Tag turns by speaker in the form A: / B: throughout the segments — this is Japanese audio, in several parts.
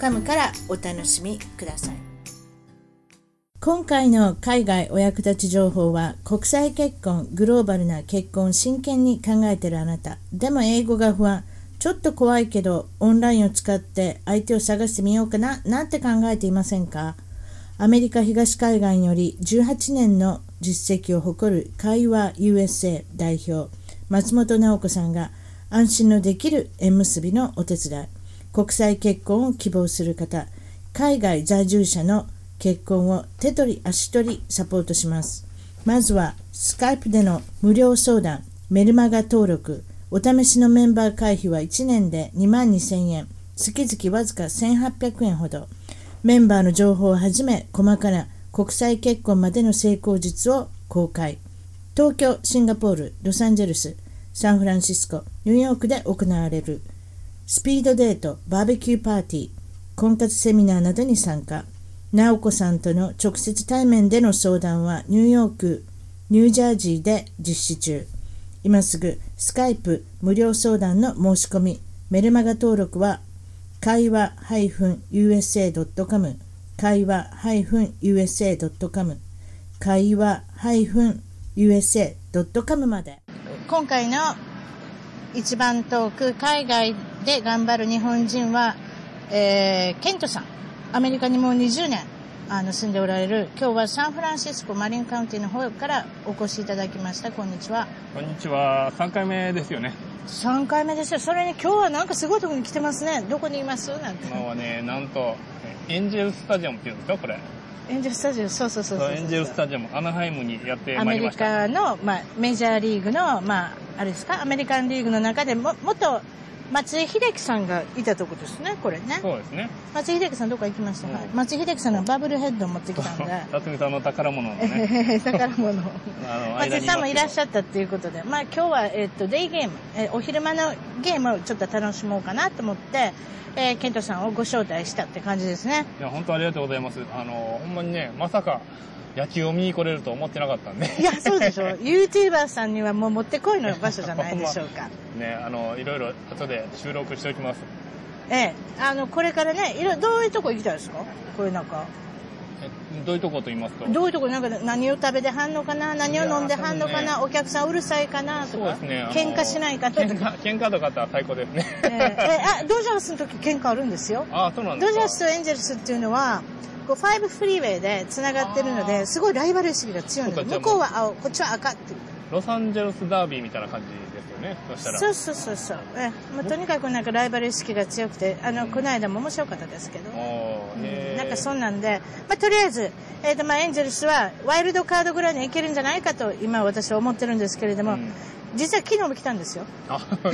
A: .com からお楽しみください今回の海外お役立ち情報は国際結婚グローバルな結婚を真剣に考えてるあなたでも英語が不安ちょっと怖いけどオンラインを使って相手を探してみようかななんて考えていませんかアメリカ東海岸より18年の実績を誇る会話 USA 代表松本直子さんが安心のできる縁結びのお手伝い国際結婚を希望する方海外在住者の結婚を手取り足取りサポートしますまずはスカイプでの無料相談メルマガ登録お試しのメンバー会費は1年で2万2000円月々わずか1800円ほどメンバーの情報をはじめ細かな国際結婚までの成功術を公開東京シンガポールロサンゼルスサンフランシスコニューヨークで行われるスピードデートバーベキューパーティー婚活セミナーなどに参加直子さんとの直接対面での相談はニューヨークニュージャージーで実施中今すぐスカイプ無料相談の申し込みメルマガ登録は会話 -usa.com 会話 -usa.com 会話 -usa.com まで今回の一番遠く海外で頑張る日本人は、えーケントさんアメリカにもう20年あの住んでおられる今日はサンフランシスコマリンカウンティの方からお越しいただきましたこんにちは
B: こんにちは。3回目ですよね。
A: 3回目ですよそれに今日はなんかすごいとこに来てますねどこにいますなんて
B: 今はね、なんと、エンジェルスタジアムっていうんですか、これ。
A: エンジェルスタジオそうそうそうそうそう
B: エンジェルスタジアム、アナハイムにやって
A: ア
B: ま
A: メ
B: いり
A: リ
B: ました。
A: カの、まあ、メジャーリーグの、まあ、あれですかアメリカンリーグの中でも元松井秀喜さんがいたとこですねこれね
B: そうですね。
A: 松井秀喜さんどこか行きました、
B: うん
A: はい松井秀喜さんのバブルヘッドを持ってきた んで、
B: 辰巳さんの宝物の ね、
A: 宝物を
B: あの、
A: 松井さんもいらっし
B: ゃ
A: ゃったっていうことで、まあ、今日は、えっとデイゲーム、えお昼間のゲームをちょっと楽しもうかなと思って、えーケントさんをご招待したって感じですね
B: いや、本当ありがとうございます。あの、ほんまにね、まさか野球を見に来れると思ってなかったんで。
A: いやそうでしょ YouTuber さんにはもうもってこいの場所じゃないでしょう か
B: ね、あの、いろいろ後で収録しておきます。
A: ええ、あのこれからねいろどういうとこ行きたいですかこれなんか
B: えどういうとこと言いますと。
A: どういうとこなんか何を食べてはんのかな何を飲んではんのか
B: い
A: な、
B: やー
A: お客さんうるさいかなと
B: そうで
A: か、
B: すね。あの
A: 喧嘩しないかなと
B: 喧
A: か、
B: 嘩、喧嘩とかあったら最高ですね。
A: えええあドジャースの時喧嘩あるんですよ
B: ああ、そうなんで
A: ド
B: す
A: ジ
B: か。
A: ャースとエンジェルスっていうのはこうファイブフリーウェイでつながってるの
B: あ
A: で
B: ー
A: すごいライバル意識が強いんです
B: そうか
A: 向
B: じゃあ
A: こうは青こっちは赤っていう
B: ロサンゼルスダービーみたいな感じですよね。そしたら。
A: そうそうそうそう、ええまあ、とにかくなんかライバル意識が強くてあのこの間も面白かったですけど
B: おーへー
A: なんかそんなんで、まあ、とりあえず、えーとまあ、エンゼルスはワイルドカードぐらいにいけるんじゃないかと今私は思ってるんですけれども、
B: うん
A: 実は昨日も来たんですよ
B: あ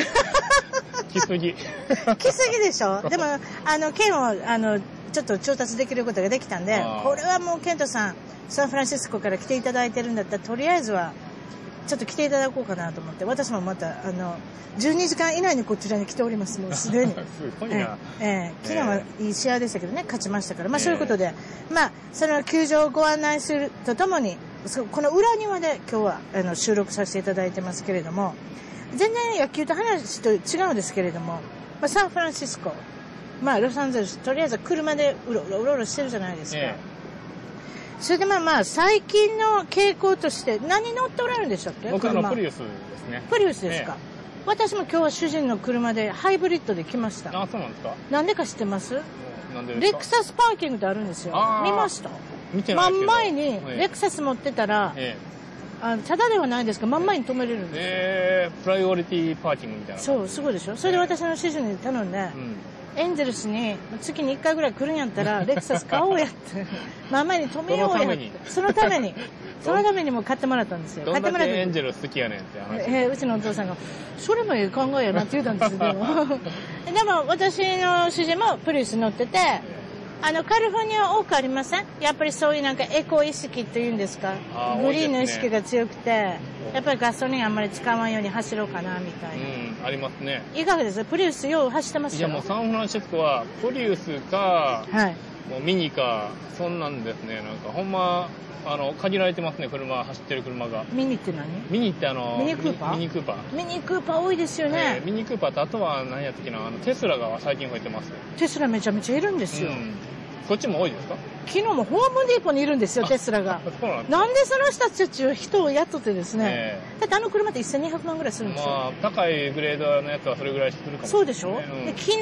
B: 来すぎ。
A: 来すぎでしょでもあの券をあのちょっと調達できることができたんで
B: あー
A: これはもうケントさんサンフランシスコから来ていただいてるんだったらとりあえずはちょっと来ていただこうかなと思って私もまたあの12時間以内にこちらに来ておりますもうすでに。
B: すごい
A: え
B: な。
A: えええ昨日はいい試合でしたけどね、勝ちましたから、まあ、
B: ええ
A: そういうことで、まあ、その球場をご案内するとともに、そこの裏庭で今日はあの収録させていただいてますけれども、全然野球と話と違うんですけれども、まあ、サンフランシスコ、まあ、ロサンゼルス、とりあえず車でうろうろうろうろしてるじゃないですか。
B: え
A: それでまあまあ最近の傾向として何乗っておられるんでしたっけ
B: え僕あの
A: 車
B: プリウスですね。
A: プリウスですか、私も今日は主人の車でハイブリッドで来ました
B: あ、そうなんですか。
A: なんでか知ってます
B: なんでです
A: レ
B: か
A: クサスパーキングってあるんですよ
B: あー
A: 見ました
B: 見てな
A: 真
B: いけ
A: ん
B: ど。
A: 前にレク
B: ス。
A: サス持ってたら、
B: え
A: あのただではないですけど真ん前に止めれるんで
B: えええプライオリティパーキングみたいな。
A: すよ、そうすごいでしょそれで私の指示に頼んで、
B: うん。
A: エンゼルスに月に1回ぐらい来るんやったらレクサス買おうやって 真ん前に止めようやってそのためにそのためにもう買ってもらったんですよ
B: ど
A: 買
B: ん
A: って
B: だ
A: もら
B: け
A: っ
B: エ
A: て
B: ンジェル好きやねんって話。
A: えーうちのお父さんが「それもいい考 えやな」って言ったんですけどでも私の主人もプリウス乗ってて
B: え
A: あのカリフォルニアは多くありませんやっぱりそういうなんかエコ意識というんですか
B: あー
A: グリーン
B: 多
A: の
B: い
A: 意
B: ですね
A: 識が強くて、やっぱりガソリンあんまり使わんように走ろうかなみたいな、
B: うん、ありますね。
A: いかがですプリウスよう走ってます
B: い
A: よ
B: やもうサンフランシスコは、プリウスか、
A: はい
B: もうミニか、そんなんですね。なんかほんま、あの、限られてますね、車、走ってる車が。
A: ミニって何
B: ミニってあの、
A: ミニクーパー
B: ミミニクーパー。
A: ミニクーパー多いですよ
B: え
A: ね
B: ー、ミニクーパーとあとは何やったっけなあのテスラが最近増えてます、
A: テスラめちゃめちゃいるんですよ、
B: うんそっちも多いですか
A: 昨日もホームデーポにいるんですよテスラ が
B: あそうなんですね
A: なんでその人たちを人を雇ってですね、
B: え
A: だってあの車って1200万ぐらいす
B: え
A: るんですよ、
B: まあ高いグレードのやつはそれぐらいするかもれない
A: そうでしょ、
B: うん
A: で昨日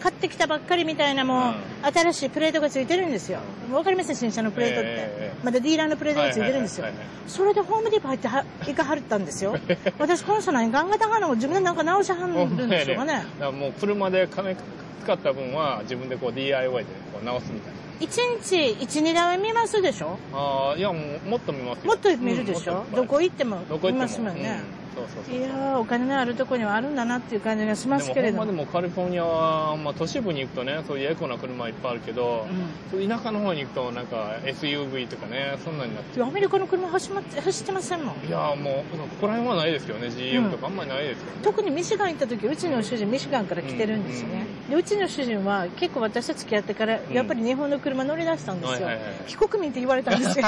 A: 買ってきたばっかりみたいなもう、
B: う
A: 新しいプレートがついてるんですよわかります新車のプレートって、
B: ええ
A: まだディーラーのプレートがついてるんですよ、
B: はいはいはい
A: それでホームディープ入っては行かはるったんです よ私この人何ガンガタハの自分でなんか直しは
B: ほんま
A: る
B: や
A: んでしょうかね
B: だからもう車で金使った分は自分でこう DIY でこう直すみたいな
A: 一日一二台目見ますでしょ
B: ああいやもうもっと見ますよ
A: もっと見るでしょ、
B: うんも
A: ど
B: っと
A: こ行っても
B: どこ行っても
A: 見ますもんね、
B: うんそうそうそう
A: いやーお金のあるとこにはあるんだなっていう感じがしますけれ
B: で
A: ど
B: も
A: も
B: ほんまでもカリフォルニアは、まあ、都市部に行くとねそういうエコな車いっぱいあるけど、田舎の方に行くとなんか SUV とかねそんなんになって
A: うんアメリカの車走まって走ってませんもん
B: いやーもうここら辺はないですけどね GM とかあんまりないですよね、
A: 特にミシガン行った時うちの主人ミシガンから来てるんですよね、うでうちの主人は結構私と付き合ってから
B: ん
A: やっぱり日本の車乗り出したんですよ、
B: はいはいはい
A: 非国民って言われたんです よ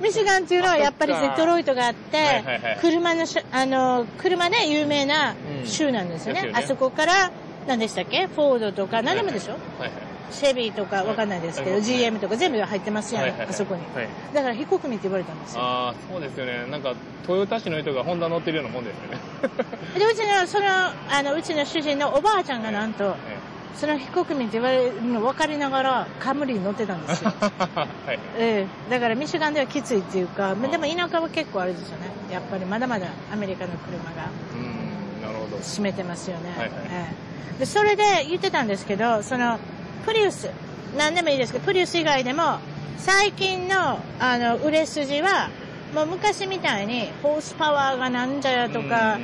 A: ミシガンっていうのはやっぱり
B: あそっ
A: デ
B: か
A: トロイトがあって、
B: はいはいはい
A: 車のしあの車で有名な
B: うん
A: 州なんですよね,、
B: ですよね
A: あそこから何でしたっけフォードとか何でもでしょ、
B: はい
A: シェビーとかわかんないですけど、
B: はい
A: GM とか全部入ってますやん、
B: はいはいはい
A: あそこに、
B: はい
A: だから非国民って言われたんですよ
B: ああそうですよねなんか豊田市の人がホンダ乗ってるようなもんですよね
A: でうちのそのあのうちの主人のおばあちゃんがなんと、
B: え
A: その非国民って言われるの分かりながらカムリに乗ってたんです
B: え
A: よ。
B: はい
A: ええ、だからミシガンではきついっていうか、まあでも田舎は結構あれですよね。やっぱりまだまだアメリカの車が
B: うんなるほど
A: 占めてますよね。
B: はいはい
A: ええでそれで言ってたんですけど、そのプリウス、何でもいいですけど、プリウス以外でも最近のあの売れ筋は、もう昔みたいにホースパワーがなんじゃやとか、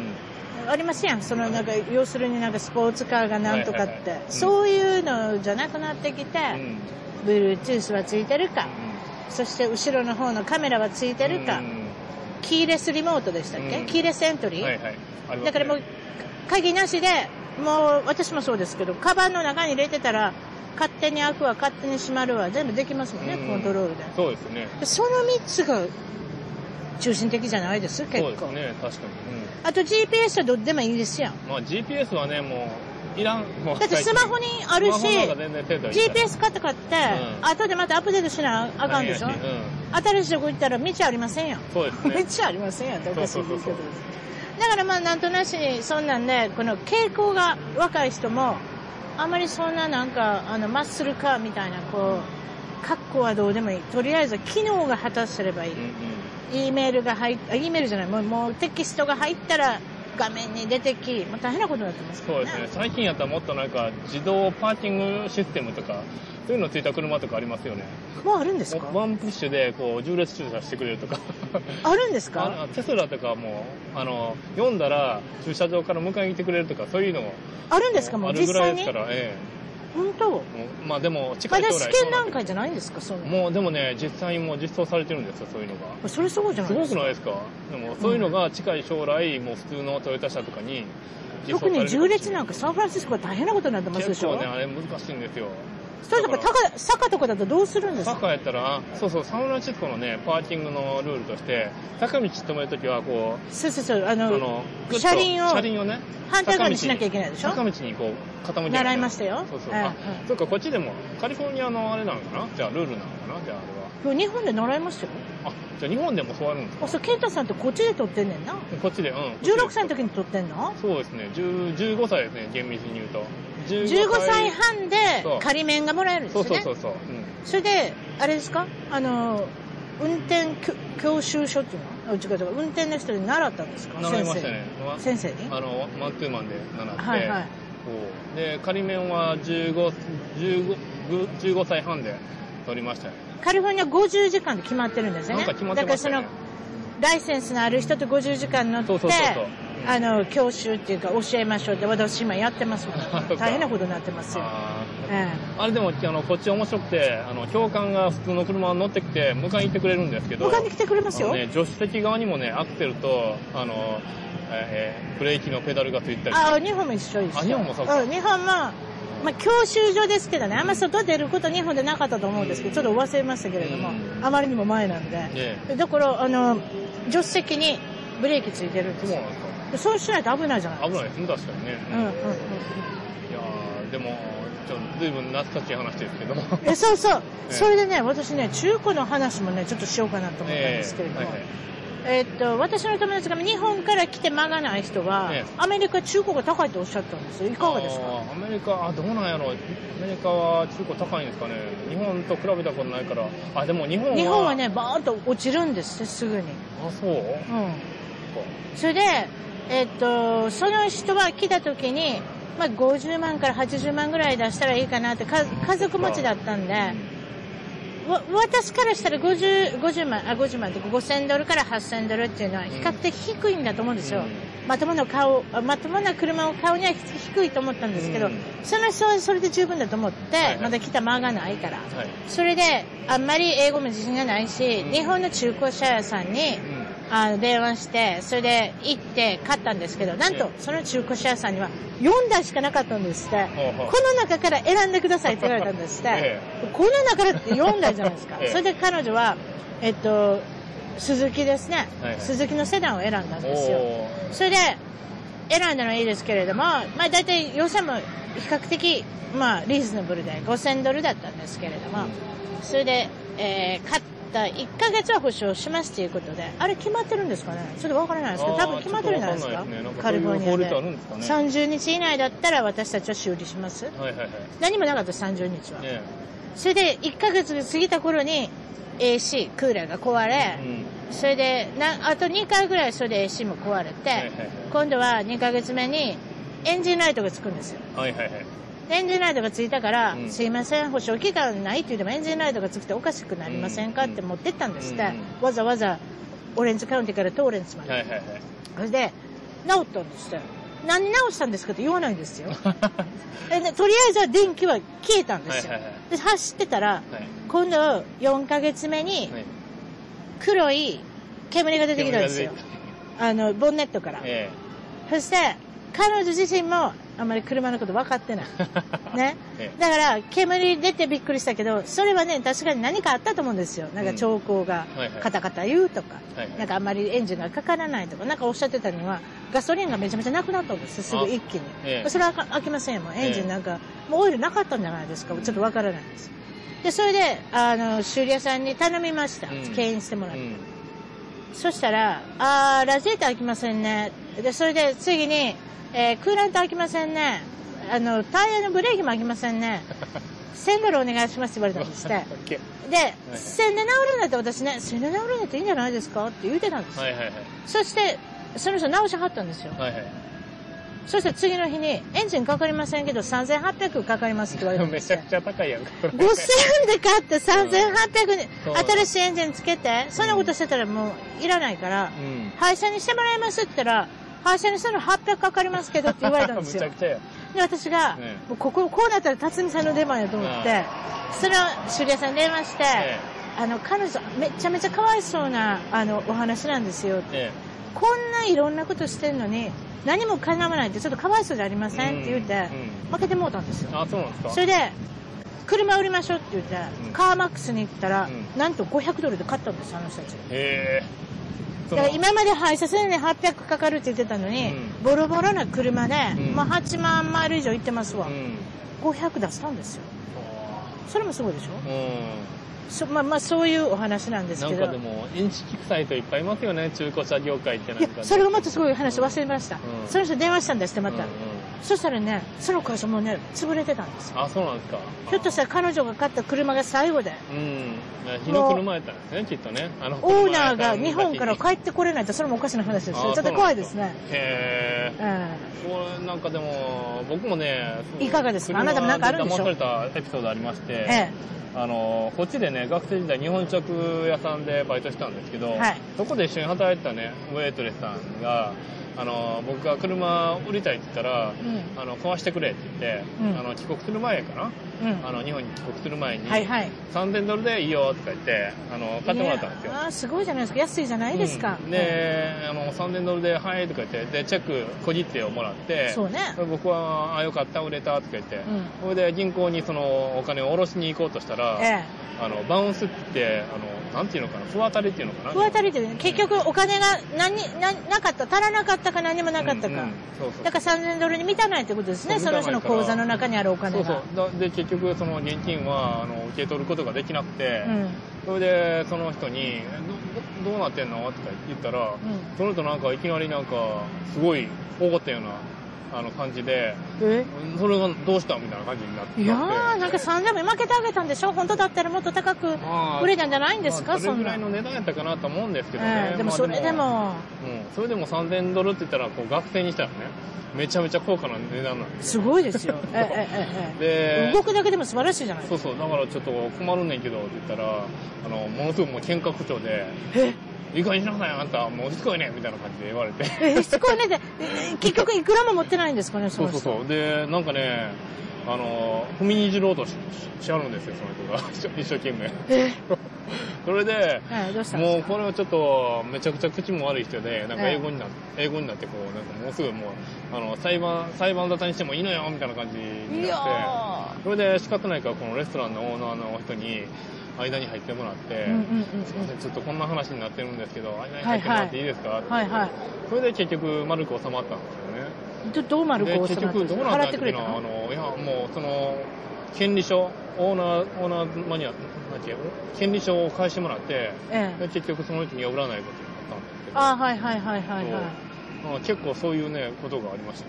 A: ありますやんそのなんか要するになんかスポーツカーがなんとかって、
B: はいはいはいうん
A: そういうのじゃなくなってきて、
B: うんうんうん
A: Bluetooth はついてるか、そして後ろの方のカメラはついてるか、
B: うん
A: キーレスリモートでしたっけ、
B: うん
A: キーレスエントリー、
B: はいはいありますね
A: だからもう鍵なしでもう私もそうですけどカバンの中に入れてたら勝手に開くわ勝手に閉まるわ全部できますもんね、
B: うん
A: コントロールで
B: そうですね
A: その3つが中心的じゃないです結
B: そうです
A: 構、
B: ね確かに、
A: あと GPS はどっちでもいいですやん
B: うんまあ GPS はねもういらんもう
A: だってスマホにあるし
B: スマホの方が全然手がいいから
A: GPS 買って買って、
B: うん
A: 後でまたアップデートしなあかんでしょ、
B: なんやうん
A: 新しいとこ行ったら道ありませんやん、
B: そうですね
A: 道ありませんやんっておかしいですけ
B: そうそう
A: ど
B: そう
A: だからまあなんとなしにそんなんでこの傾向が若い人もあまりそんななんかあのマッスルカーみたいなこう格好はどうでもいいとりあえず機能が果たせればいい、
B: うんうん、
A: E メールが入っあ E メールじゃないもうもうテキストが入ったら画面に出てき、まあ、大変なことになってますか
B: そ
A: ら
B: うですね最近やったらもっとなんか自動パーキングシステムとかそういうのついた車とかありますよね
A: もうあるんですか
B: ワンプッシュでこう重列駐車してくれるとか
A: あるんですか
B: あのテスラとかもあの読んだら駐車場から迎えに来てくれるとかそういうのも
A: あるんですかも
B: あ
A: う
B: る
A: 実
B: ぐら
A: 際
B: いで
A: に
B: すから、え
A: 本当
B: えもうまあでも近
A: ま
B: い
A: だ
B: 将来
A: 試験段階じゃないんですかそんな
B: もうでもね実際にもう実装されてるんですよそういうのが
A: それすごいじゃな
B: す
A: いで
B: ご
A: す
B: く
A: か
B: ないですかでもそういうのが近い将来もう普通のトヨタ車とかに実装
A: 特
B: されるか
A: に
B: もしれ
A: 重列なんかサンフランシスコは大変なことになってますでし
B: 結
A: ょ、
B: 構ねあれ難しいんですよ
A: それとか
B: だから
A: 高坂とかだとどうするんです
B: サッ
A: か
B: カーやったらあそうそうサンフランシスコのねパーキングのルールとして坂道止めるときはこう
A: そうそうそうあ
B: あ
A: の
B: のグッと
A: 車輪を
B: 車輪をね
A: 反対側にしなきゃいけないでしょ
B: 坂道にこう傾いてるんだよ
A: 習いましたよ
B: そうそう、
A: ええ
B: あ
A: うん
B: そうかこっちでもカリフォルニアのあれなのかなじゃあルールなのかなじゃあ
A: 日本で習いましたよ
B: あれはあじゃあ日本でもそうあるんですか
A: あそうケンタさんってこっちで撮ってんねんな
B: こっちでうん
A: 16歳
B: の
A: の時に撮ってんの
B: そうですね10 15歳ですね厳密に言うと15
A: 15歳半で
B: そう
A: 仮免がもらえるんです
B: そ
A: ね
B: うそうそうそう、
A: それであれですかあの運転教教習所っていうのあ違う違う運転の人に習ったんです
B: う
A: か
B: ん、習いましたね
A: 先生に先生に
B: あのマンツーマンで習って、
A: はいはい
B: そうで仮面は 15, 15, 15歳半で取りましたね
A: カリフォルニア50時間で決まってるんですよね。
B: なんか決まってましたよね
A: だからその、ライセンスのある人と50時間乗って、
B: そうそうそうそう
A: あの、教習っていうか教えましょうって私今やってますも
B: あそっ
A: ん。
B: か
A: 大変なことになってますよ。
B: あー
A: え
B: あれでもあのこっち面白くてあの教官が普通の車に乗ってきて迎えに行ってくれるんですけ
A: え
B: ど
A: 迎えに来てくれます
B: あの
A: よ。
B: ね、助手席側にもねアクセルとあの、えーえーブレーキのペダルがついてたりして
A: あ、日本も一緒一緒。
B: あ日本もそうか
A: ん日本も、まあ、教習所ですけどね、あんま外出ること日本でなかったと思うんですけど、ちょっと忘れましたけれども、
B: う
A: あまりにも前なんで。
B: ね
A: だから、あの、助手席にブレーキついてるんで
B: そう
A: すよ
B: なん。ですよ
A: そうしないと危ないじゃない
B: 危
A: です
B: な
A: か。
B: いですね確かにね、
A: うんうんうん。
B: いやーでもちょっと随分懐かしい話です けども
A: えそうそう、
B: え
A: それでね、私ね、中古の話もね、ちょっとしようかなと思ったんですけれども、
B: えーはいはい
A: えっと、私の友達が日本から来て間がない人は、
B: ええ
A: アメリカ中古が高いとおっしゃったんですよ。いかがですか
B: あーアメリカあどうなんやろアメリカは中古高いんですかね日本と比べたことないからあでも日本は
A: 日本はね、バーッと落ちるんですよすぐに。
B: あそう
A: うん。それで、えっと、その人は来た時に、まあ、50万から80万ぐらい出したらいいかなって、か家族持ちだったんで、わ私からしたら50、50万、あ、50万って5000ドルから8000ドルっていうのは比較的低いんだと思うんですよ。まともな買うあまともな車を買うには低いと思ったんですけど、
B: うん
A: その人はそれで十分だと思って、
B: はいはい
A: まだ来た間がないから。
B: はい、
A: それで、あんまり英語も自信がないし、
B: うん
A: 日本の中古車屋さんに、
B: う
A: あの電話して、それで行って買ったんですけど、なんと
B: え
A: その中古車屋さんには4台しかなかったんですって、
B: ん、ほうほう
A: この中から選んでくださいって言われたんですって
B: え、
A: この中からって4台じゃないですか
B: 。ええ
A: それで彼女は、えっと、鈴木ですね
B: はいは、い
A: 鈴木のセダンを選んだんですよ。
B: おー
A: それで、選んだのはいいですけれども、まあ大体予算も比較的、まあリーズナブルで5000ドルだったんですけれども、それで、えー買った1ヶ月は保証しますということで、あれ決まってるんですかねちょっとわからないですけど、多分決まってるんじゃないですか
B: あーちょっとわ
A: カ
B: か
A: リ
B: ん
A: フォ
B: な
A: ル
B: い
A: ニ
B: ですねなんかそ
A: アで。
B: ういう法律あるんですかね
A: 30日以内だったら私たちは修理します。
B: はいはいはい
A: 何もなかった30日は。
B: ね
A: それで1ヶ月過ぎた頃に AC、クーラーが壊れ、
B: うん
A: それでな、あと2回ぐらいそれで AC も壊れて、
B: はいはい
A: 今度は2ヶ月目にエンジンライトがつくんですよ。
B: はいはいはい
A: エンジンライトがついたから、
B: うん
A: すいません、保証期間ないって言ってもエンジンライトがつくておかしくなりませんかって持ってったんですって、
B: うん
A: わざわざオレンジカウンティからトーレンスまで。
B: はいはいはい
A: それで、治ったんですって。何直したんですかって言わないんですよ。えでとりあえずは電気は消えたんですよ。
B: はいはいは
A: で走ってたら、
B: はい
A: 今度4ヶ月目に
B: はい
A: 黒い煙が出てきたんですよ。あの、ボンネットから。
B: え
A: そして、彼女自身もあんまり車のこと分かって ない。
B: え
A: ね
B: え。
A: だから、煙出てびっくりしたけど、それはね、確かに何かあったと思うんですよ。なんか兆候が
B: うんはいはい
A: カタカタ言うとか、
B: はいはい
A: なんかあんまりエンジンがかからないとか、なんかおっしゃってたのは、ガソリンがめちゃめちゃなくなったんですすぐ一気に。
B: ええ
A: それはあかあきませんよ。もうエンジンなんか、もうオイルなかったんじゃないですか。ちょっとわからないです。で、それで、あの、修理屋さんに頼みました。
B: うん
A: 牽引してもらっ
B: う
A: て。
B: ん
A: そしたら、あー、ラジエーター開きませんね。で、それで次に、えークーラント開きませんね。あの、タイヤのブレーキも開きません ね。1000ドルお願いしますって言われたんですって。で、1000で直るんだって私ね、1000で直るんだっていいんじゃないですかって言うてたんですよ。
B: はいはいはい
A: そして、その人直しはったんですよ。
B: はいはい
A: そして次の日に、エンジンかかりませんけど、3800かかりますって言われたんで
B: め
A: す
B: ちゃ
A: よ
B: く。ちゃ高いやんか。
A: 5000円で買って3800に
B: そう、
A: 新しいエンジンつけて、そんなことしてたらもういらないから、
B: うん。
A: 廃車にしてもらいますって言ったら、廃車にしたら800かかりますけどって言われたんですよ
B: むちゃ。くちゃや。
A: で、私が、
B: ね
A: もうここ、こうなったら辰巳さんの出番やと思って、その修理屋さんに電話して、
B: え
A: あの、彼女、めちゃめちゃかわいそうな、あの、お話なんですよ。
B: え
A: こんないろんなことしてんのに、何も絡まないってちょっとかわいそうじゃありま
B: え。
A: せんって言って、
B: うん
A: 負けてもうたんですよ。
B: あ、そうなんですか
A: それで、車売りましょうって言って、
B: うん
A: カーマックスに行ったら、
B: うん
A: なんと500ドルで買ったんです、あの人たち。
B: へえ。そ
A: だ
B: の
A: から今まで廃車するのに800かかるって言ってたのに、
B: うん
A: ボロボロな車で、
B: うん
A: まあ8万マイル以上行ってますわ、
B: うん。
A: 500出したんですよそれもすごいでしょ
B: う
A: そまあまあそういうお話なんで
B: ん。
A: す
B: な
A: け
B: ん
A: ど
B: かでも、インチキ臭いといっぱいいますよね、中古車業界ってなん
A: い
B: か
A: や
B: ね。
A: それがまたすごい話忘れました、
B: うん
A: その人に電話したんですってまた、
B: うんうん
A: そしたらねその会社もうね潰れてたんですよ
B: あ、そうなんですか。
A: ひょっとしたら彼女が買った車が最後で
B: うん。日の車やったんですね、きっとね。あの
A: オーナーが日本から
B: 車
A: 帰ってこれないってそれもおかしな話ですよ
B: あ
A: ちょっと怖いですね
B: へえ。
A: え
B: これなんかでも、僕もね、
A: いかがですかあなたもなんかあるんでしょ
B: 車騙されたエピソードありまし
A: え
B: て、
A: え
B: あのこっちでね学生時代日本食屋さんでバイトしてたんですけど、
A: はい
B: そこで一緒に働いてたねウェイトレスさんがあの僕が車売りたいって言ったら、あの壊してくれって言って、
A: うん
B: あの帰国する前かな、
A: うんうん
B: あの日本に帰国する前に、
A: はいはい
B: 3000ドルでいいよとか言ってあの買ってもらったんですよ
A: ねあーすごいじゃないですか安いじゃないですか、
B: うんで、あの3000ドルで「はい」とか言ってでチェック個人手をもらっ
A: うん
B: て
A: そうね
B: 僕は「あよかった売れた」とか言って、
A: ん
B: それで銀行にそのお金を下ろしに行こうとしたら、
A: ええ
B: あのバウンスってあのなんていうのかな不当たりっていうのかな
A: 不当たりで結局お金が何ななかった足らなかったか何もなかった
B: うんう
A: か、
B: んそうそう
A: だから3000ドルに満たないってことですね
B: そ
A: そうの
B: 満
A: 人
B: たな
A: の
B: いから
A: 口座の中にあるお金
B: そう
A: が
B: そうだで結局その現金はあの受け取ることができなくて、
A: うんうん
B: それでその人に「どどどうなってんの?」とか言ったら、その人なんかいきなりなんかすごい怒ったようなあの感じで
A: え
B: それがどうしたみたいな感じになって
A: いやーなんか3000円負けてあげたんでしょ本当だったらもっと高く
B: あー
A: 売れたんじゃないんですか、
B: まあそ
A: そ
B: れ
A: ん
B: ぐ
A: な
B: らいの値段やったかなと思うんですけどね、
A: ええでも
B: まあ
A: それでも
B: うん、それでも3000ドルって言ったらこう学生にしたらねめちゃめちゃ高価な値段なんです
A: すごいですよええええええ
B: で
A: 動くだけでも素晴らしいじゃない
B: そうそうだからちょっと困るねんけどって言ったらあのものすごくもう喧嘩口調で
A: え
B: 「いい加減にしなさいあんたもうしつこいね」みたいな感じで言われて
A: えしつこいねでえ結局いくらも持ってないんですかね そ
B: そ
A: の
B: うそ
A: 人
B: うそうでなんかねあの踏みにじろうとしししはるんですよその人が 一生懸命
A: え
B: それで
A: ええどうしたんです
B: も
A: か
B: うこれはちょっとめちゃくちゃ口も悪い人でなんか
A: ええ
B: 英語にな英語になってこうなんかもうすぐもうあの裁判裁判沙汰にしてもいいのよみたいな感じに
A: いや
B: なって
A: ー
B: それで仕方ないからこのレストランのオーナーの人に間に入ってもらって、
A: うんうんうんうん
B: すいませんちょっとこんな話になってるんですけど間に入ってもらっていいですか、
A: はいはい
B: それで結局丸く収まったんですよね
A: どどう丸く
B: で
A: 収
B: 結
A: まって
B: 局どうな
A: 払
B: った
A: っ
B: ってて
A: くれ
B: いう
A: た
B: のはあ
A: の
B: のいやもうその権利書オーナーオーナーマニアなんていうの権利書を返してもらって
A: ええ
B: で結局その人に破らないことになったんですけど
A: あはいはいはいはいはい
B: そうまあ結構そういうねことがありました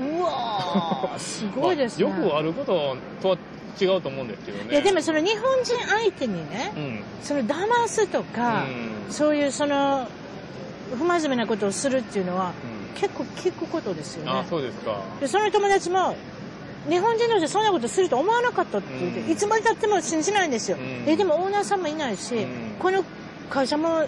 A: う わーすごいですね、
B: まあよくあることとは違うと思うんですけどね
A: いやでもその日本人相手にね
B: うん
A: その騙すとか、
B: うん
A: そういうその不真面目なことをするっていうのは
B: う
A: 結構聞くことですよ
B: ん、あ
A: ね
B: そうですか
A: でその友達も日本人としてそんなことすると思わなかったって言って、
B: うん
A: いつまでたっても信じないんですよ、
B: うん
A: えでもオーナーさんもいないし、
B: うん
A: この会社も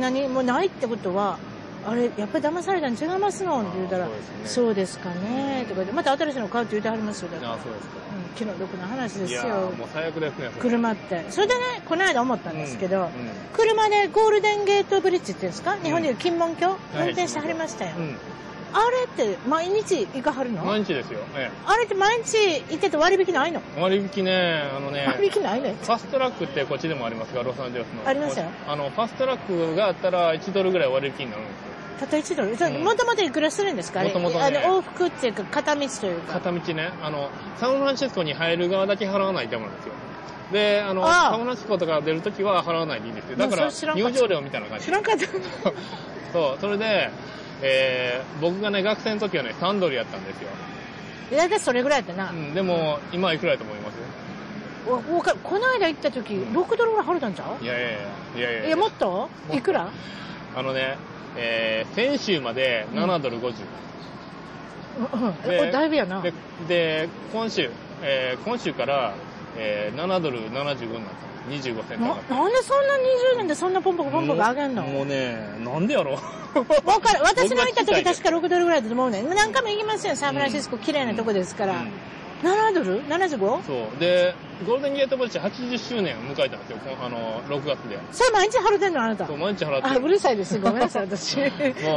A: 何もないってことはあれやっぱり騙されたに違いますのって言うたら
B: あそうですね
A: そうですかねとか言ってまた新しいの買うって言ってはりますよだって、うん
B: あそうですか、
A: 気の毒な話で
B: い
A: す
B: や
A: よ
B: ーもう最悪ですねそれ
A: 車ってそれでねこの間思ったんですけど、
B: うんうん
A: 車でゴールデンゲートブリッジっていうんですか日本でいう金門橋、
B: い
A: 運転してはりましたよ、
B: うん
A: あれって毎日行かはるの
B: 毎日ですよ、え
A: あれって毎日行ってて割引ないの、
B: え、割引ねあのね
A: 割引ないね
B: ファストトラックってこっちでもありますがロサンゼルスの
A: ありますよ
B: あのファストトラックがあったら1ドルぐらい割引になるんですよ
A: たった1ドルそれ
B: うん
A: もともといくらするんですかあれ
B: もともとね
A: あの往復っていうか片道というか
B: 片道ねあのサンフランシスコに入る側だけ払わないとダメなんですよであの
A: ああ
B: サンフランシスコとか出るときは払わないでいいんですよだ
A: も
B: か
A: う
B: ら
A: それ知らんかっ
B: 入
A: た
B: 場料みたいな感じ
A: 知らんかった
B: そうそれで、えー僕がね学生の時はね3ドルやったんですよ、
A: 大体それぐらいだな、
B: うん、でも今いくらやと思います
A: わわかるこの間行った時6ドルぐらい払ったんちゃう
B: いやいやいやいやいやいや
A: いやもっといくら
B: あのね、えー先週まで7ドル50、
A: うんうん
B: で
A: これだいぶやな
B: でで今週、えー今週から、えー7ドル75になった25セント上が
A: な
B: った
A: なんでそんな20年でそんなポンポコポンポコ上げんの
B: もうねなんでやろう
A: わ かる私の行った時
B: 僕が聞きたい
A: 確か6ドルぐらいだと思うねん何回も行きますよサンフランシスコ綺麗なとこですから、
B: うん
A: 7ドル 75?
B: そうでゴールデンゲートブリッジ80周年を迎えたんですよこあの6月で
A: それ毎日払ってんのあなた
B: そう毎日払って
A: あうるさいですごめん なさい私
B: もう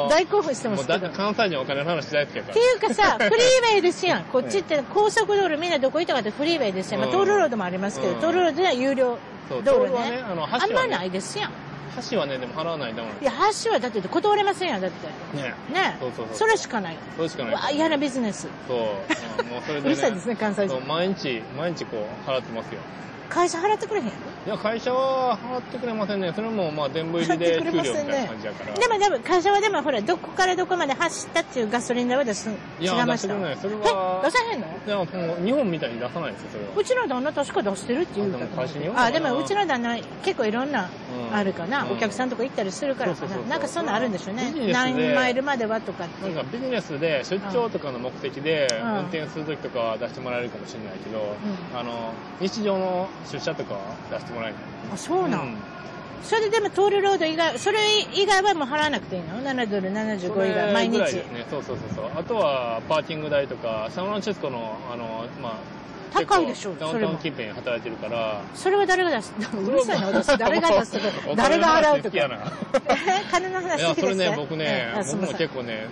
A: 大興奮してま
B: も
A: す
B: うだ
A: け
B: って
A: どっ
B: 関西人はお金の話大好きやから
A: ていうか さ、フリーウェイですやん。こっちって高速道路みんなどこ行ったかってフリーウェイですやん。まあ、
B: うん
A: トールロードもありますけど、
B: うん
A: トールロードでは有料
B: そう
A: 道
B: 道
A: 路
B: 路は
A: ね。
B: ねあの
A: あん
B: 橋
A: ま
B: は
A: な
B: ね
A: いですやん。
B: 橋はねでも払わないだもん
A: いや、橋はだって断れませんやん、だって。
B: ね
A: ね
B: そうそうそう
A: れしかない。
B: そうしかな
A: わあ、
B: い
A: 嫌なビジネス。
B: そううんもうそれで、ね、
A: うるさいですね、関西
B: そう
A: 人。
B: 毎日毎日こう払ってますよ
A: 会社払ってくれへんやろ
B: いや会社は払ってくれませんねそれもまあ全部入りで給料みたいな感じや から
A: でもでも会社はでもほらどこからどこまで走ったっていうガソリン代は出す違い
B: いや
A: ま
B: 出
A: し
B: して
A: た
B: くれ
A: え
B: ないそれ
A: 出
B: は
A: さへんの
B: いやもう日本みたいに出さないですよそれは
A: うちの旦那確か出してるって言う
B: あでも
A: から
B: 会社によるのかな
A: あでもうちの旦那結構いろんな
B: うん
A: あるかな、
B: うん
A: お客さんとか行ったりするからか
B: そう
A: な
B: そうそうそう
A: なんかそんなんあるんでしょうね
B: ビジネスで
A: 何マイルまではとかって
B: なんかビジネスで出張とかの目的で
A: うん
B: 運転するときとかは出してもらえるかもしれないけど、あの日常の出社とかは出してもらえない
A: あそうなん、
B: うん
A: それでもトールロード以外、それ以外はもう払わなくていいの ?7 ドル75以外、毎
B: それぐらい
A: 日。
B: ですね。そうそうそうそう。あとはパーキング代とか、サンフランシスコのあのまあ
A: 高いでしょ
B: 結
A: そ
B: 構ダウン
A: れ
B: タウ
A: も
B: ン近辺で働いてるから。
A: それは誰が出す うるさいな、私。誰が出 すとか
B: お、金
A: 誰
B: の
A: が
B: 話
A: 払うと
B: 好きや
A: か。
B: な。
A: え金の
B: い
A: 話
B: や
A: 好き
B: そ
A: で
B: れ
A: す
B: ね僕ね
A: ええあす
B: 僕
A: いま
B: も
A: せん
B: 結構ね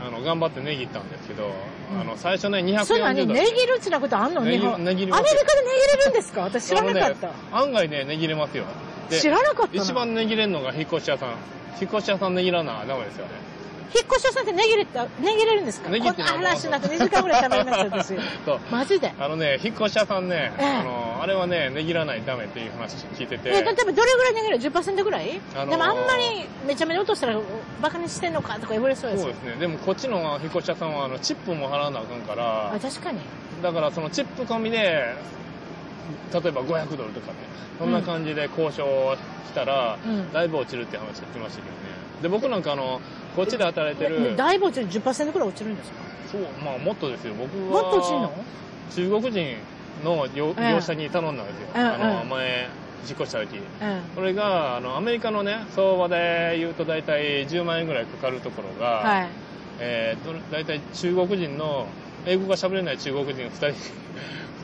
B: あの頑張って値切ったんですけど、
A: うん
B: あの最初ね
A: そういうのに
B: 240ド
A: 値
B: ル
A: 切るってなことあんの日本。アメ
B: 値
A: リ
B: 切り
A: カ
B: ま
A: です
B: よ
A: 値切れるんですか私知らなかっ
B: あ
A: た
B: のね。案外ね値切れますよで
A: 知らなかったな
B: 一番値切れるのが引っ越し屋さん引っ越し屋さん値切らなダメですよね
A: 引っ越し屋さんって値切れって、値切れるんですか
B: 値切って
A: こんな
B: な
A: い話になって2時間ぐらい喋りました よ、私。
B: そう
A: マジで。
B: あのね引っ越し屋さんね、
A: ええ
B: あのあれはね値切らないとダメっていう話聞いてて
A: え、例えばどれぐらい値切れる ?10% ぐらい、
B: あのー
A: でもあんまりめちゃめちゃ落としたらバカにしてんのかとか言われそうです
B: そう
A: よ
B: で。すねでもこっちの引っ越し屋さんはあのチップも払わなあかんから
A: あ、確かに。
B: だからそのチップ込みで例えば500ドルとかねそんな感じで交渉したら、
A: うん
B: だいぶ落ちるって話聞きましたけどねで僕なんかあのこっちで働いて
A: ね
B: る
A: 大墓地10%ぐらい落ちるんですか
B: そうまあもっとですよ僕
A: もっと落ちるの
B: は中国人の業
A: ええ
B: 業者に頼んだんですよ、
A: ええ
B: あ
A: ええ
B: の前実行した
A: うん。
B: 時これがあのアメリカのね相場で言うと大体10万円ぐらいかかるところが、
A: はい。
B: えー、どれ大体中国人の英語が喋れない中国人2人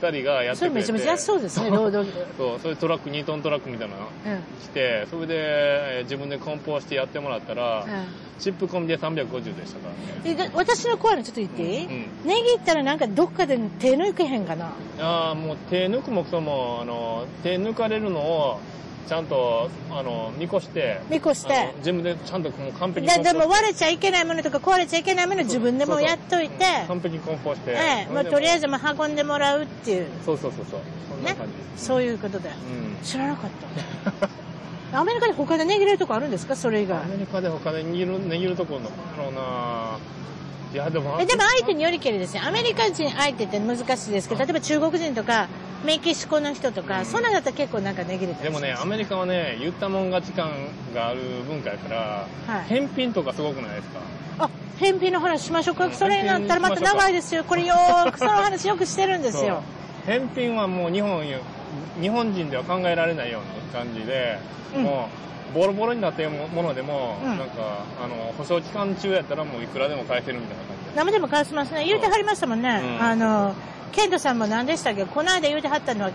B: 二人がやって
A: そ
B: く
A: れ
B: れて
A: めちゃめちゃ安そうですね、労働 力。
B: そうそれトラック2トントラックみたいなの
A: うん。うん。
B: 来てそれで、えー自分で梱包してやってもらったら、チップ込みで350でしたから
A: で
B: ね
A: で私の怖いのちょっと言っていい、
B: うんうん
A: ネギったらなんかどっかで手抜けへんかな。
B: ああもう手抜くもくそもあの手抜かれるのをちゃんとあの見越して
A: 見越して
B: あの自分でちゃんともう完璧
A: ででも
B: 梱包
A: 割れちゃいけないものとか壊れちゃいけないもの自分でもやっといて、
B: 完璧梱包して、
A: ええ、まあ、とりあえずもう運んでもらうっていう、
B: そうそうそうそうそんな
A: ね
B: 感じです、。
A: そういうことで。
B: うん
A: 知らなかった。アメリカで他で値切れるとこあるんですかそ れ以
B: ア
A: 外。
B: メリカで他で握る握るとこなんだろうないやでも
A: えでも相手によりけりですね。アメリカ人相手って難しいですけど、例えば中国人とか、メキシコの人とか、そんなだったら結構なんか値切れたり
B: でもねアメリカはね言ったもん勝ち感がある文化やから、
A: はい
B: 返品とかすごくないですか
A: あ、返品の話しましょうか。それになったらまた長いですよ。これよーく、その話よくしてるんですよ。
B: そう返品はもう日本よ日本人では考えられないような感じで、
A: うん
B: もうボロボロになってるものでも、
A: うん
B: なんかあの保証期間中やったらもういくらでも返せるみたいな感じ
A: 生でも返しますね。言うてはりましたもんね。
B: うん
A: あの、ケントさんも何でしたっけこの間言うてはったのは、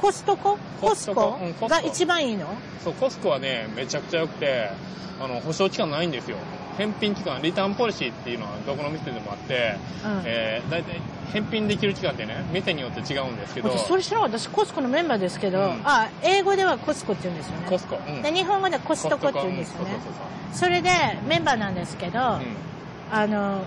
A: コストココ
B: コ
A: ス
B: ス
A: コ
B: トコうんコスコ
A: が一番いいの
B: そうコスコはねめちゃくちゃ良くてあの保証期間ないんですよ返品期間リターンポリシーっていうのはどこの店でもあって、
A: うん
B: えー、大体返品できる期間ってね店によって違うんですけど
A: 私、それ知らなかった。私、コスコのメンバーですけど、
B: うん
A: あ、英語ではコスコって言うんですよね。
B: コスコ、うん
A: で、日本語ではコ
B: コ
A: ストコって言うんですよね
B: うん。そうそう
A: それで、メンバーなんですけど、
B: そう、うん
A: あの、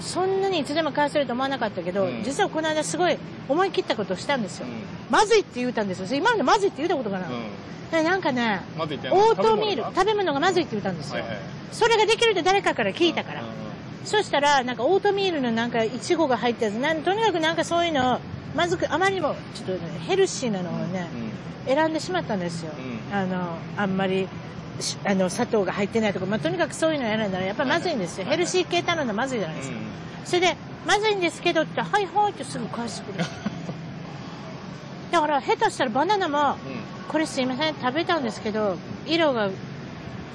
A: そんなにいつでも返せると思わなかったけど、
B: うん
A: 実はこの間すごい思い切ったことをしたんですよ。まずいって言ったんですよ。今までまずいって言ったことがない。
B: うんうん
A: でなんかね、
B: まず言って
A: オートミール、
B: 食
A: 食べ物がまずいって言ったんです
B: べ
A: よ。
B: 物はいはい
A: それができるって誰かから聞いたから。
B: うんうん
A: そしたら、なんかオートミールのなんかイチゴが入ったやつ、なんとにかくなんかそういうのを、まずく、あまりにも、ちょっと、ね、ヘルシーなのをね、選んでしまったんですよ。
B: うん
A: あの、あんまり、しあの、砂糖が入ってないとか、まあ、とにかくそういうのを選んだら、やっぱりまずいんですよ。
B: は
A: ヘ
B: いはい
A: ルシー系頼んだらまずいじゃないですか。それで、まずいんですけどって、はいはいってすぐ返して くれる。だから、下手したらバナナも、
B: うんうん
A: これすいません、食べたんですけど、色が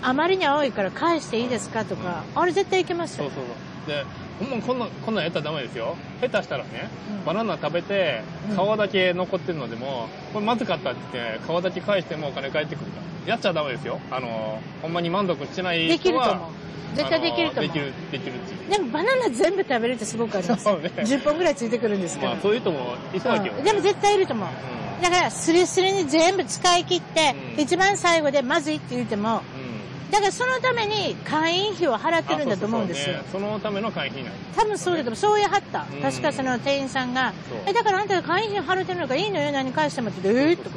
A: あまりに青いから返していいですかとか、あれ絶対いけます
B: そう
A: よ
B: そう。そうでほんまこんなこんなんやったらダメですよ下手したらね、
A: うん
B: バナナ食べて
A: うん
B: 皮だけ残ってるのでも、これまずかったって言って皮だけ返してもお金返ってくるからやっちゃダメですよあのほんまに満足してない
A: でき
B: 人
A: る
B: は
A: と思う。絶対できると
B: あの
A: 思
B: でき
A: う。
B: るできるっていう
A: でもバナナ全部食べるってすごくあります。
B: そうね
A: 10本ぐらいついてくるんですか
B: ま
A: ら。
B: あそういう人もいそうだけど、
A: うんでも絶対いると思う。
B: うん
A: だから、スレスレに全部使い切って、
B: うん
A: 一番最後でまずいって言っても、
B: うん
A: だからそのために会員費を払ってるんだと思うんですよ。
B: あそうそうそうねそのための会費なんです
A: 多分そうだと思う。そう言いはった
B: う。ん
A: 確かその店員さんが
B: そう、
A: え、だからあんたが会員費を払ってるのからいいのよ、何返してもって言って、えーっとか。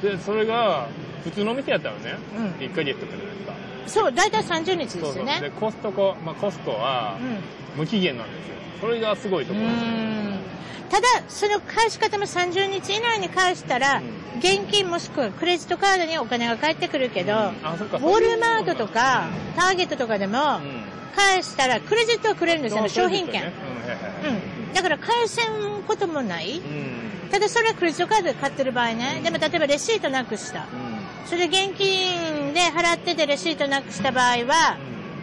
B: そうでそれが普通の店やったらね、
A: うん
B: 1ヶ月とかじゃないですか
A: そう、大体30日で
B: そう
A: す
B: そ
A: よ
B: うで
A: ね。
B: コストコ、まあ、コストは
A: うん
B: 無期限なんですよそれがすごいところです
A: うんただ、その返し方も30日以内に返したら、
B: う
A: 現金もしくはクレジットカードにお金が返ってくるけど、ウ
B: うんあそっか
A: ォルマートとか、ターゲットとかでも、
B: うん
A: 返したらクレジットはくれるんですよ、
B: そう
A: 商品券。
B: そうですよねうんはいはいは
A: う
B: い
A: ん。だから返せんこともない。
B: うん
A: ただそれはクレジットカードで買ってる場合ね。でも例えばレシートなくした。それ現金で払っててレシートなくした場合は、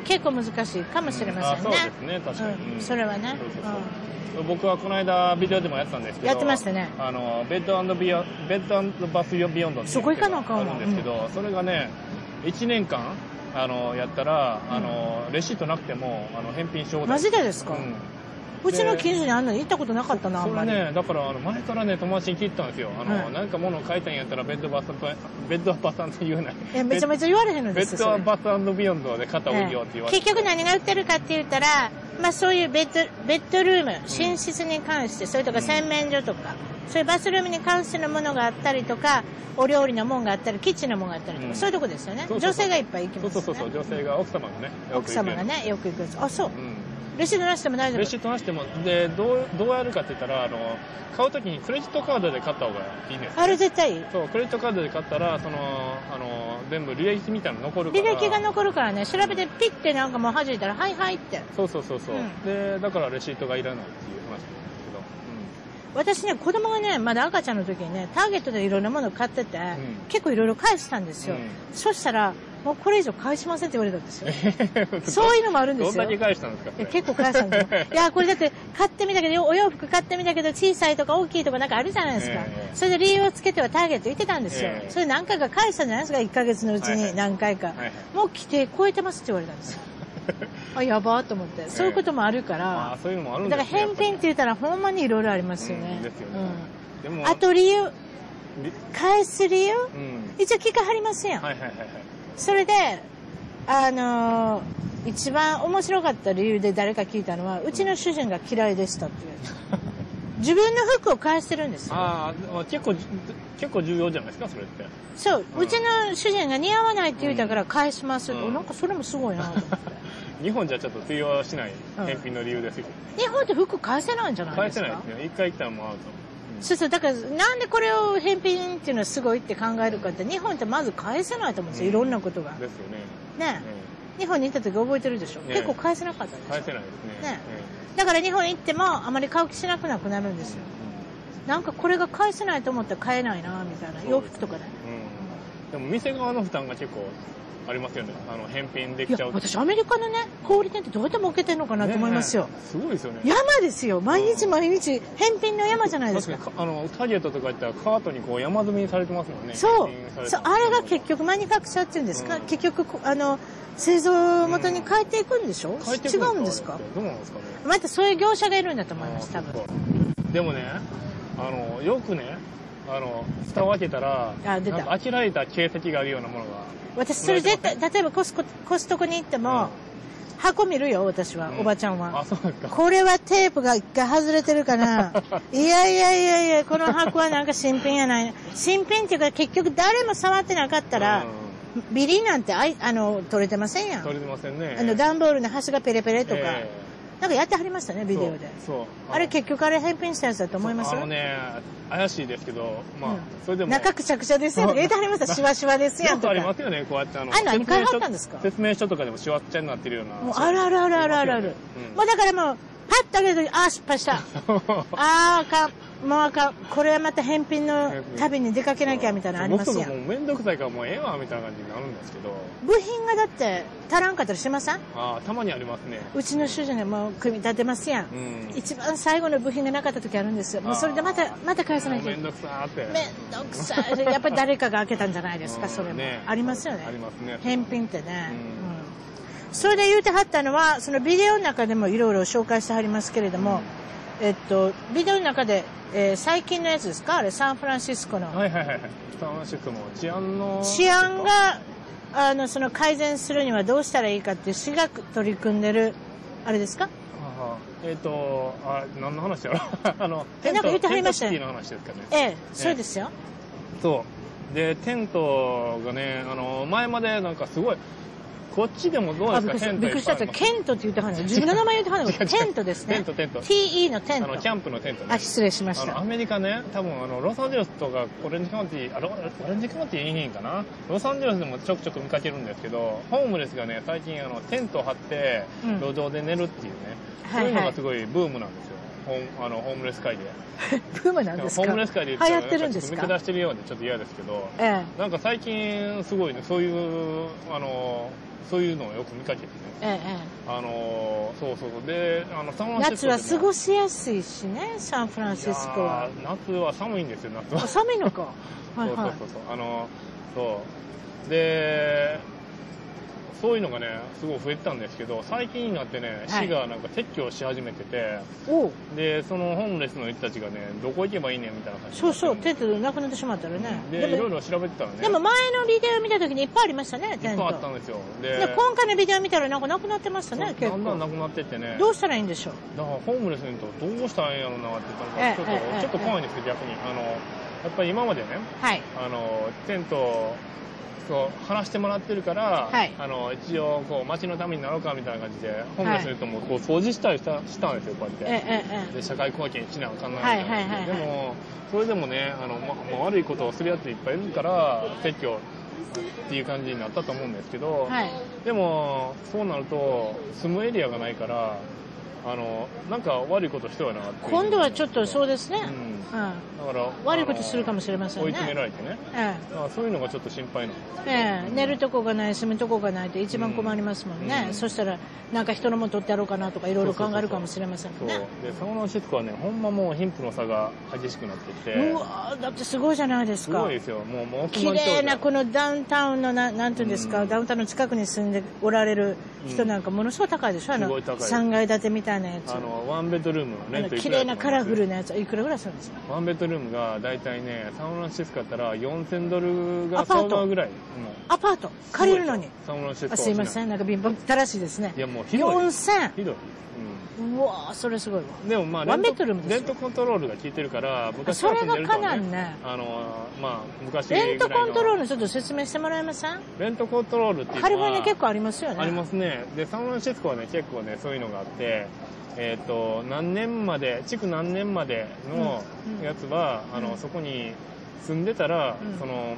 A: 結構難しいかもしれま
B: あ
A: せん
B: そう
A: ね
B: で。すね確かに、
A: うんそれはね
B: そうそうそう僕はこの間ビデオでもやってたんですけど
A: やってましたね
B: あのベッドビヨベッドバスビヨンドっていう
A: そこ行かなあかんわ
B: あるんですけど、それがね1年間あのやったらあの、レシートなくてもあの返品しよう
A: マジでですか、うちの近所にあんのに行ったことなかったな、あ
B: そ
A: んま
B: れ
A: り。
B: ねだからあの前からね友達に聞いてたんですよあの、
A: はい
B: なんか物を買いたいんやったらベッドバスベッドバスって言うない
A: いや、めちゃめちゃ言われへんの
B: ベ
A: です
B: ッ
A: よ。それ
B: ドバスビヨンドで買った方がいいよって言われて、
A: 結局何が売ってるかって言ったら、まあそういうベッド、ベッドルーム、寝室に関して、それとか洗面所とか、そういうバスルームに関してのものがあったりとか、お料理のもんがあったり、キッチンのもんがあったりとか、
B: うん
A: そういうとこですよね。
B: そうそうそう
A: 女性がいっぱい行きます、ね。
B: そうそうそうそう女性が奥様がねよく行く
A: 奥様がね、よく行くやつ。あ、そう
B: う。ん
A: レシートなしでも大丈夫。
B: レシートなしてもでどうどうやるかって言ったらあの買うときにクレジットカードで買った方がいいんです
A: あれ絶対いい。
B: そうクレジットカードで買ったらそのあの全部履歴みたいなの残るから
A: 履歴が残るからね、調べてピッてなんかもう弾いたら、はいはいって。
B: そうそうそうそう、
A: うん
B: でだからレシートがいらないっていう話なんですけど、
A: 私ね、子供がね、まだ赤ちゃんの時にね、ターゲットでいろんなものを買ってて、
B: ん
A: 結構いろいろ返したんですよ。
B: う
A: そしたら、もうこれ以上返しませんって言われたん ですよ。
B: うん
A: そういうのもあるんで
B: どん
A: すよ。
B: だけ返したんですか
A: いや結構返したんです よ。いや、これだって買ってみたけど、お洋服買ってみたけど、小さいとか大きいとかなんかあるじゃないですか。
B: ええ
A: それで理由をつけてはターゲット言ってたんですよ。
B: ええ
A: それ何回か返したんじゃないですか、1ヶ月のうち
B: はいは
A: に
B: い
A: 何回か。
B: はいはい
A: もう規定超えてますって言われたん ですよ。あ、やばーと思って。そういうこともあるか
B: あ
A: ら
B: あ、そういうのもあるん
A: だ
B: で
A: から
B: す
A: 返
B: ね
A: 品って言ったらほんまにいろいろありますよ
B: う
A: ね
B: ん。ですよねで
A: う
B: も
A: んあと理由、
B: り
A: 返す理由
B: うん
A: 一応聞かはりますやん。
B: はいはいはいはい
A: それで、あのー一番面白かった理由で誰か聞いたのは、うちの主人が嫌いでしたって いう。自分の服を返してるんですよ。
B: あーあ結構じ結構重要じゃないですかそれって
A: そう、
B: うん
A: うちの主人が似合わないって言うたから返しますって、
B: うん
A: なんかそれもすごいなと思って。
B: 日本じゃちょっと通用しない
A: うん
B: 返品の理由ですよ、
A: 日本って服返せないんじゃない
B: 返
A: です
B: せ
A: か
B: ないですね一回来たらもうアウト
A: そうそう、だから、なんでこれを返品っていうのはすごいって考えるかって、日本ってまず返せないと思うんですよ、いろんなことが。
B: ですよね、
A: ね
B: え
A: 日本に行った時覚えてるでしょ、
B: ええ
A: 結構返せなかったでし
B: え
A: ょ
B: 返せないですね
A: ね
B: え
A: だから日本行ってもあまり買う気しなくなくなるんですよ。なんかこれが返せないと思ったら買えないなみたいな
B: え
A: 洋服とかね。
B: うん、でも店側の負担が結構ありますよねあの返品で
A: い
B: きちゃ
A: や
B: う
A: 私アメリカのね小売店ってどうやって儲けてんのかなと思いますよ
B: ね。えすごいですよね
A: 山ですよ毎日毎日返品の山じゃないです
B: 確
A: か
B: かに。かあのターゲットとか言ったらカートにこう山積みにされてますもんね
A: そう
B: 返品されて
A: そう
B: ます
A: あれが結局マニファクチャーっていうんですか、
B: うん
A: 結局こあの製造元に変えていくんでしょ、
B: 変えて
A: 違
B: く
A: うんですか
B: あれってどうなんですかね
A: またそういう業者がいるんだと思います多
B: あーそ
A: 分
B: っ。かでもねあのよくねあの蓋を開けたら
A: あ出た
B: なんかあきられた形跡があるようなものが
A: 私それ絶対例えばコスココストコに行っても、箱見るよ私は、
B: うん
A: おばちゃんは。
B: あそうなんですか
A: これはテープが一回外れてるか な。いやいやいやいや、この箱はなんか新品やない。新品っていうか結局誰も触ってなかったら、ビリなんてあいあの取れてませんやん。
B: 取れてませんね
A: あの段ボールの端がペレペレとか、
B: え
A: なんかやってはりましたね、
B: え
A: ビデオで。
B: そうそう
A: あれ結局あれ返品したやつだと思います
B: あのね怪しいですけどまあ、
A: うん
B: それでも
A: 中くちゃくちゃですやんとか言ってはりました、しわしわですや
B: よ
A: んと
B: くありま
A: か。
B: すよねこうやってあの
A: あれ何
B: 説明書
A: 買いはったんですか
B: 説明書とかでもしわっちゃになってるような
A: もうあるあるあるあるあるある。もうだからもう、パッと上げるとき、ああ、失敗した。 ああ、あかん。もうあかん。これはまた返品の旅に出かけなきゃみたいなのありますやん
B: 僕。とかもうめんどくさいからもうええわみたいな感じになるんですけど
A: 部品がだって足らんかったりしません
B: ああたまにありますね
A: うちの主人がもう組み立てますやん、
B: うん
A: 一番最後の部品がなかった時あるんですよもうそれでまたまた返さなきゃ
B: め
A: いけ
B: ん
A: ない
B: どくさーっ
A: め
B: て
A: んどくさいやっぱり誰かが開けたんじゃないですか、
B: うん
A: それも、
B: ね
A: ありますよね
B: ありますね
A: 返品ってね、
B: うん
A: うんそれで言うてはったのはそのビデオの中でもいろいろ紹介してはりますけれども、えっとビデオの中で、えー最近のやつですかあれサンフランシスコの、
B: はいはいはいはいサンフランシスコの治安の
A: 治安があのその改善するにはどうしたらいいかっていう市が取り組んでるあれですか
B: ああえっ、とあ何の話やろ あの
A: えなんか言ってはりましたね
B: テントシティの話ですかね
A: ええそうですよ、
B: そうでテントがねあの前までなんかすごいこっちでもどう
A: あ
B: です
A: びっ
B: か
A: くりした
B: テント
A: びっくりした
B: いっぱいあります
A: ケントって言ってはんの自分の名前言ってはんの
B: 違う違う
A: テントですね
B: テントテント
A: TE のテン
B: あ
A: ト
B: のキャンプのテントね
A: あ失礼しまし
B: あのア
A: た
B: メリカね多分あのロサンゼルスとかオレンジカウンティーあロオレンジカウンティーいいんかなロサンゼルスでもちょくちょく見かけるんですけどホームレスがね最近あのテントを張って
A: うん
B: 路上で寝るっていうね、
A: は
B: そうい
A: いう
B: の
A: は
B: が
A: い
B: すごいブームなんですよ、ホームあのホームレス界で
A: ブームなん
B: ホ
A: ですか
B: ームレス界で言っちゃ
A: 流
B: う
A: 行ってるんですか
B: なんちょっと抜け出してるようでちょっと嫌ですけど
A: え
B: なんか最近すごいねそういうあのそういうのをよく見かけてね
A: えええ
B: あのそうそうそうであのサンフ
A: え
B: ラ
A: え
B: ンシス
A: 夏
B: コ
A: は過ご
B: し
A: しやすいしねサンフランシスコは
B: 夏は寒いんですよ夏は
A: あ寒いのかはい
B: そうそ
A: は
B: うそうそうあのそうでそういうのがねすごい増えてたんですけど最近になってね
A: はい
B: 市がなんか撤去をし始めてて、
A: いおう
B: でそのホームレスの人たちがねどこ行けばいいねんみたいな感じに
A: そ
B: な
A: う
B: って
A: そ
B: る
A: うんテントでなくなってしまったらね
B: でい
A: で
B: ろい
A: も
B: ろ調べてたらね
A: でも前のビデオ見た時にいっぱいありましたね
B: い
A: テ
B: っ
A: ン
B: ぱいあった
A: ト
B: んですよ
A: で
B: で
A: 今回のビデオ見たらなんかなくなってましたね
B: そう
A: 結
B: だんだんな
A: 構
B: くなってってね
A: どうしたらいいんでしょう
B: だからホームレスの人どうしたらええんやろうなって言ったら
A: ええ
B: ちょっ
A: ええ
B: とちょっと
A: ええ
B: 怖いんですけど逆にあのやっぱり今までね
A: はい
B: あのテントをそう話してもらってるから、
A: はい
B: あの一応こう街のためになろうかみたいな感じでホームレスの人もこう掃除したりしたしたんですよこうやって。
A: ええええ
B: で社会貢献しなあかんなみ
A: は
B: た
A: い
B: いな感じで、
A: はいはいはい
B: でもそれでもねあの、まま悪いことをするやついっぱいいるから撤去っていう感じになったと思うんですけど、
A: はい
B: でもそうなると住むエリアがないからあのなんか悪いことしてはなっていう
A: 今度はちょっとそうですね
B: うん
A: う
B: だから
A: ん悪いことするかもしれま
B: ま
A: せん
B: 追い
A: ね
B: 詰められてね
A: え
B: だからそういうのがちょっと心配なんです
A: えええ寝るとこがない住むとこがないと一番困りますもんね、
B: うん
A: そしたらなんか人のもん取ってやろうかなとかいろいろ考えるかもしれませんも
B: そ
A: ん
B: う
A: ね
B: でサンフランシスコはねほんまもう貧富の差が激しくなってきて
A: うわーだってすごいじゃないです
B: す
A: か
B: ごいですよもうもう
A: 綺麗なこのダウンタウンのななんていうんですか、
B: うん
A: ダウンタウンの近くに住んでおられる人なんかものすごい高いでしょ、あ
B: す
A: の
B: ごい高い
A: 3階建てみたいなやつ
B: あのワンベッドルームの
A: あ
B: ね
A: の綺麗なカラフルなやついくらぐらいするんですか
B: ワンベッドルームが大体ねサンフランシスコだったら4000ドル
A: ア
B: が
A: パー
B: 相
A: ト
B: 場ぐらいも
A: アパート
B: う
A: 借りるのに
B: サンフランシスコ
A: あすいませんなんか貧乏ったらしいですね
B: いやもうひどい
A: 4000
B: ひどい、
A: うわーそれすごいわ
B: うん、でもまあ
A: ワンベッドルームです
B: レ
A: よ
B: ントコントロールが効いてるから
A: あ
B: 昔
A: そ
B: から
A: れ
B: 住ん
A: が
B: でる
A: か
B: と
A: な
B: ね
A: りね
B: あのまあ昔ぐらいの
A: レントコントロールちょっと説明してもらえません
B: レントコントロールっていうのは
A: カリフォルニア結構ありますよね
B: ありますね。で、サンフランシスコはね、結構ね、そういうのがあって、えっ、と、何年まで、築何年までの
A: うんうん
B: やつは、あ
A: うん
B: の、そこに住んでたら、
A: うん
B: その、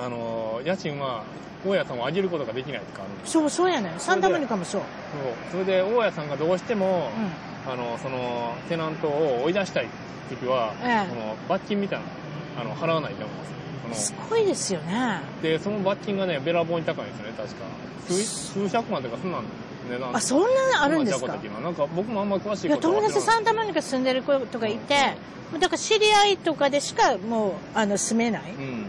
B: あの、家賃は、大家さんを上げることができないとかあるんです
A: そうそうやねサンダムニカもそう
B: そうそれで、大家さんがどうしても、あの、その、テナントを追い出したい時は、
A: ええ
B: その、罰金みたいなの、あの、払わないと思い
A: うん
B: ます。
A: す
B: その
A: ごいですよね
B: で、その罰金がね、べらぼうに高いんですよね、確か。数数百万とか、そんなん値段
A: あそんなのあるんです
B: ま
A: か
B: あじゃこ的ななんか僕もあんま詳し
A: い
B: い
A: や
B: こと
A: 友
B: は
A: 達サ
B: ん
A: ンタモニカ住んでる子とかいて、もうだから知り合いとかでしかもうあの住めない、
B: うん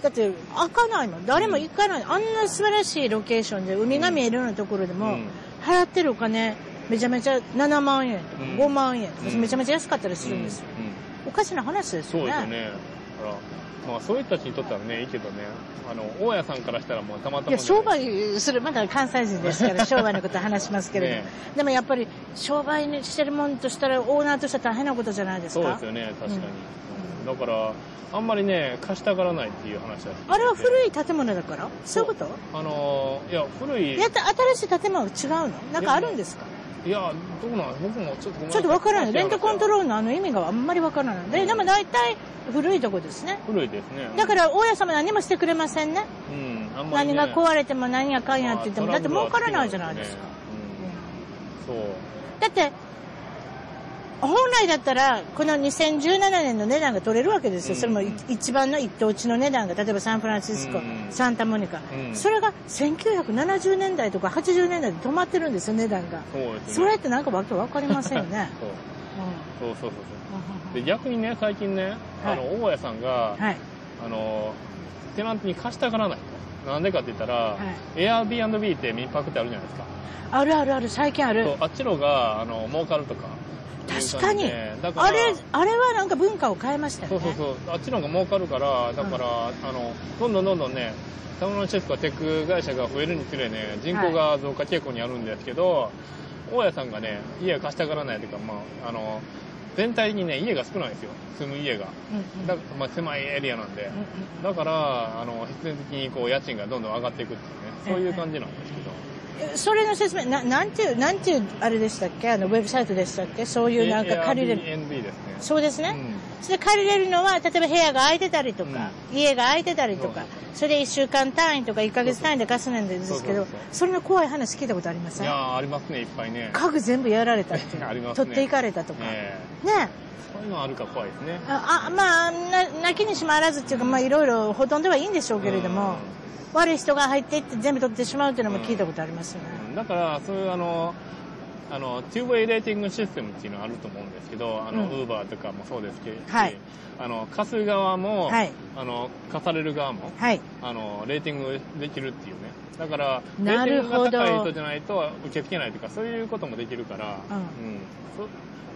A: だって開かないもん誰も行かない、あんな素晴らしいロケーションで海が見えるようなところでも、
B: うん
A: 払ってるお金めちゃめちゃ7万円とか
B: うん
A: 5万円とか、
B: うん
A: めちゃめちゃ安かったりするんですよ、
B: うんうん
A: おかしな話です
B: そう
A: よね
B: ですよねだからまあそういう人たちにとってはねいいけどねあの大家さんからしたらもうたまたま
A: いや商売するまだ関西人ですから商売のこと話しますけれども、
B: ね
A: でもやっぱり商売にしてるもんとしたらオーナーとしては大変なことじゃないです
B: そう
A: か
B: ですよね確かに、うんだからあんまりね貸したがらないっていう話だ
A: あれは古
B: い
A: い建物だからそういうこと
B: あのいや古い
A: やった新しい建物は違うのなんかあるんですか
B: いやどうなん僕もちょっとごめんな
A: ち
B: さ
A: ょっとわからないレントコント
B: ー
A: ロールのあの意味があんまりわからないででも大体古いとこですね
B: ル古いですね
A: だから大家様何もしてくれませんね
B: うんあんまり、
A: 何
B: ね、
A: が壊れても何がかんやって言っても
B: ま
A: だ
B: あ
A: って
B: トラ
A: 儲
B: ブルは
A: からないじゃないですか、
B: つきものねうん、そう
A: だって本来だったらこの2017年の値段が取れるわけですよ、
B: うん
A: それもい一番の一等地の値段が例えばサンフランシスコ、
B: うん
A: サンタモニカ、
B: うん
A: それが1970年代とか80年代で止まってるんですよ値段が
B: そうですね
A: それってなんかわけわかりませんよ
B: 、
A: ね
B: そう
A: う
B: そうそうそうそうんで逆にね最近ね、
A: はい
B: あの大家さんが、
A: はい
B: あのテナントに貸したがらないとなんでかって言ったら、
A: は
B: Airbnb って民泊ってあるじゃないですか、
A: あるあるある最近あ
B: そう
A: る
B: あっちのがあの儲かるとかいう感じ
A: 確かに
B: でだから
A: あれあれはなんか文化を変えましたよ
B: そ
A: ね
B: うそうそうあっちのが儲かるからだから、あのどんどんどんどんねサムロンシェフがテック会社が増えるにつれね人口が増加傾向にあるんですけど、大家さんがね家を貸したがらないというか、まあ、あの全体にね家が少ないんですよ住む家が
A: うんうん
B: だ、まあ、狭いエリアなんで、
A: うんうん
B: だから、あの必然的にこう家賃がどんどん上がっていくっていうね、そういう感じなんですけど、
A: それの説明、ななんていう、なんていう、あれでしたっけあの、ウェブサイトでしたっけそういうなんか借りれる。
B: Airbnb ですね。
A: そうですね。
B: うん
A: それで借りれるのは、例えば部屋が空いてたりとか、家が空いてたりとか、それで1週間単位とか1ヶ月単位で貸すなんですけど、
B: そうそう
A: そ
B: そう
A: れの怖い話聞いたことありませ
B: い
A: ん
B: やーありますね、いっぱいね。
A: 家具全部やられたっていう
B: ありますね
A: 取っていかれたとか。ね
B: ええそういうのあるから怖いですね。
A: ああまあな、泣きにしもあらずっていうか、まあいろいろほとんどはいいんでしょうけれども、悪い人が入っていって全部取ってしまうというのも聞いたことありますよね。
B: うんだから、そういうあの、あの、2way レーティングシステムっていうのはあると思うんですけど、あの、
A: うん
B: Uber とかもそうですけど、
A: はい
B: あの、貸す側も、
A: はい
B: あの、貸される側も、
A: はい。
B: あの、レーティングできるっていうね。だから、レ
A: な
B: ーティ
A: る
B: ング
A: ほど
B: が高い人じゃないと受け付けないとか、そういうこともできるから、
A: うん
B: そ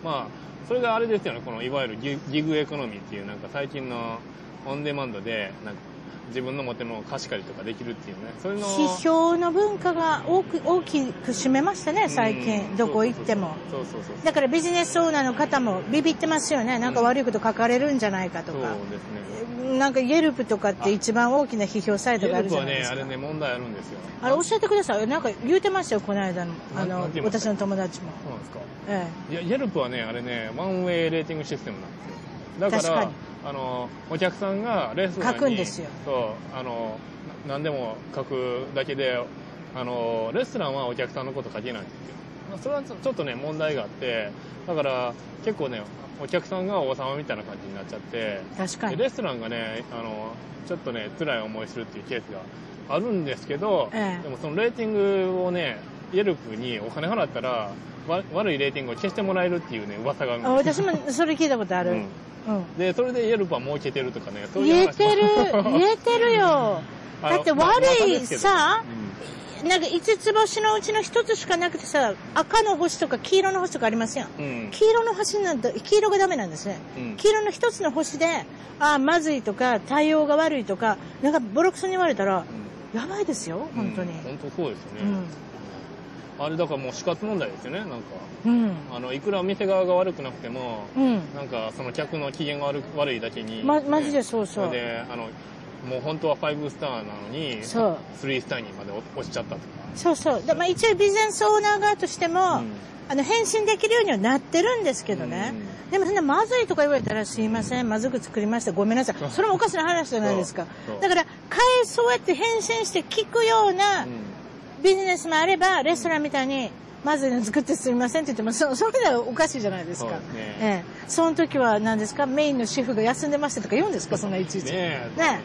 B: まあ、それがあれですよね、このいわゆるギギグエコノミーっていう、なんか最近のオンデマンドで、なんか自分の持ってるものを貸し借りとかできるっていうね、それの。
A: 批評の文化が大き大きく占めましたね、最
B: う
A: 近。
B: ん
A: どこ行っても。。
B: そうそうそうそう。
A: だからビジネスオーナーの方もビビってますよね。なんか悪いこと書かれるんじゃないかと
B: そう
A: か。
B: ですね。
A: なんかイェルプとかって一番大きな批評サイト
B: ゲ
A: があ
B: ル
A: るじ
B: プ
A: ゃ
B: は
A: ないで
B: ね、
A: す
B: あ
A: か。
B: れね、問題あるんですよ。
A: あれ教えてください。なんか言うてましたよ、この間の。あ
B: な
A: の
B: なんて、言いまし
A: 私
B: た
A: の友達も。
B: そうなんですか。
A: え
B: いや、ゲルプはね、あれね、ワンウェイレーティングシステムなんですよ。だから、
A: 確かに
B: あの、お客さんがレストランに。
A: 書くんですよ
B: そう、あの、な何でも書くだけで、あの、レストランはお客さんのこと書けないんですよ。まあそれはちょちょっとね、問題があって、だから、結構ね、お客さんが王様みたいな感じになっちゃって、
A: え確か
B: で
A: に。
B: レストランがね、あの、ちょっとね、辛い思いするっていうケースがあるんですけど、
A: ええ
B: でもそのレーティングをね、イェルプにお金払ったら、わ悪いレーティングを消してもらえるっていうね、噂があるんで
A: あ
B: す
A: 私もそれ聞いたことある。
B: う
A: うんん。
B: で、それでイェルプは儲けてるとかね、そうい
A: 言
B: う
A: えて る、言えてるよ。だって悪いさ、なんか5つ星のうちの1つしかなくてさ、赤の星とか黄色の星とかありますやん。
B: うん。うん
A: 黄色の星なんだ、黄色がダメなんですね。
B: うん
A: 黄色の1つの星で、ああ、まずいとか、対応が悪いとか、なんかボロクソに言われたら、やばいですよ、本当に
B: うん。本当そうですよね。
A: うん。
B: あれだからもう死活問題ですよね、なんか。
A: うん。
B: あの、いくら店側が悪くなくても、
A: うん。
B: なんかその客の機嫌が悪く悪いだけに、
A: ま、マジでそうそ。
B: そうれであのもう本当は5スターなのに
A: そう。
B: 3スターにまで落落ちちゃったとか、
A: そうそう。だまあ、一応ビジネスオーナー側としても、
B: うん
A: あの、返信できるようにはなってるんですけどね。でもそんなまずいとか言われたらすいません、まずく作りました、ごめんなさい。それもおかしな話じゃないですか
B: そうそ。
A: だ
B: う
A: から、返そうやって返信して聞くような
B: うん
A: ビジネスもあれば、レストランみたいに、まずいの作ってすいませんって言っても、そそれではおかしいじゃないです
B: そう
A: か。
B: ですね
A: ええ。その時は何ですかメインの主婦が休んでましたとか言うんですかそんないちい
B: ね
A: ち。
B: え
A: ね
B: ね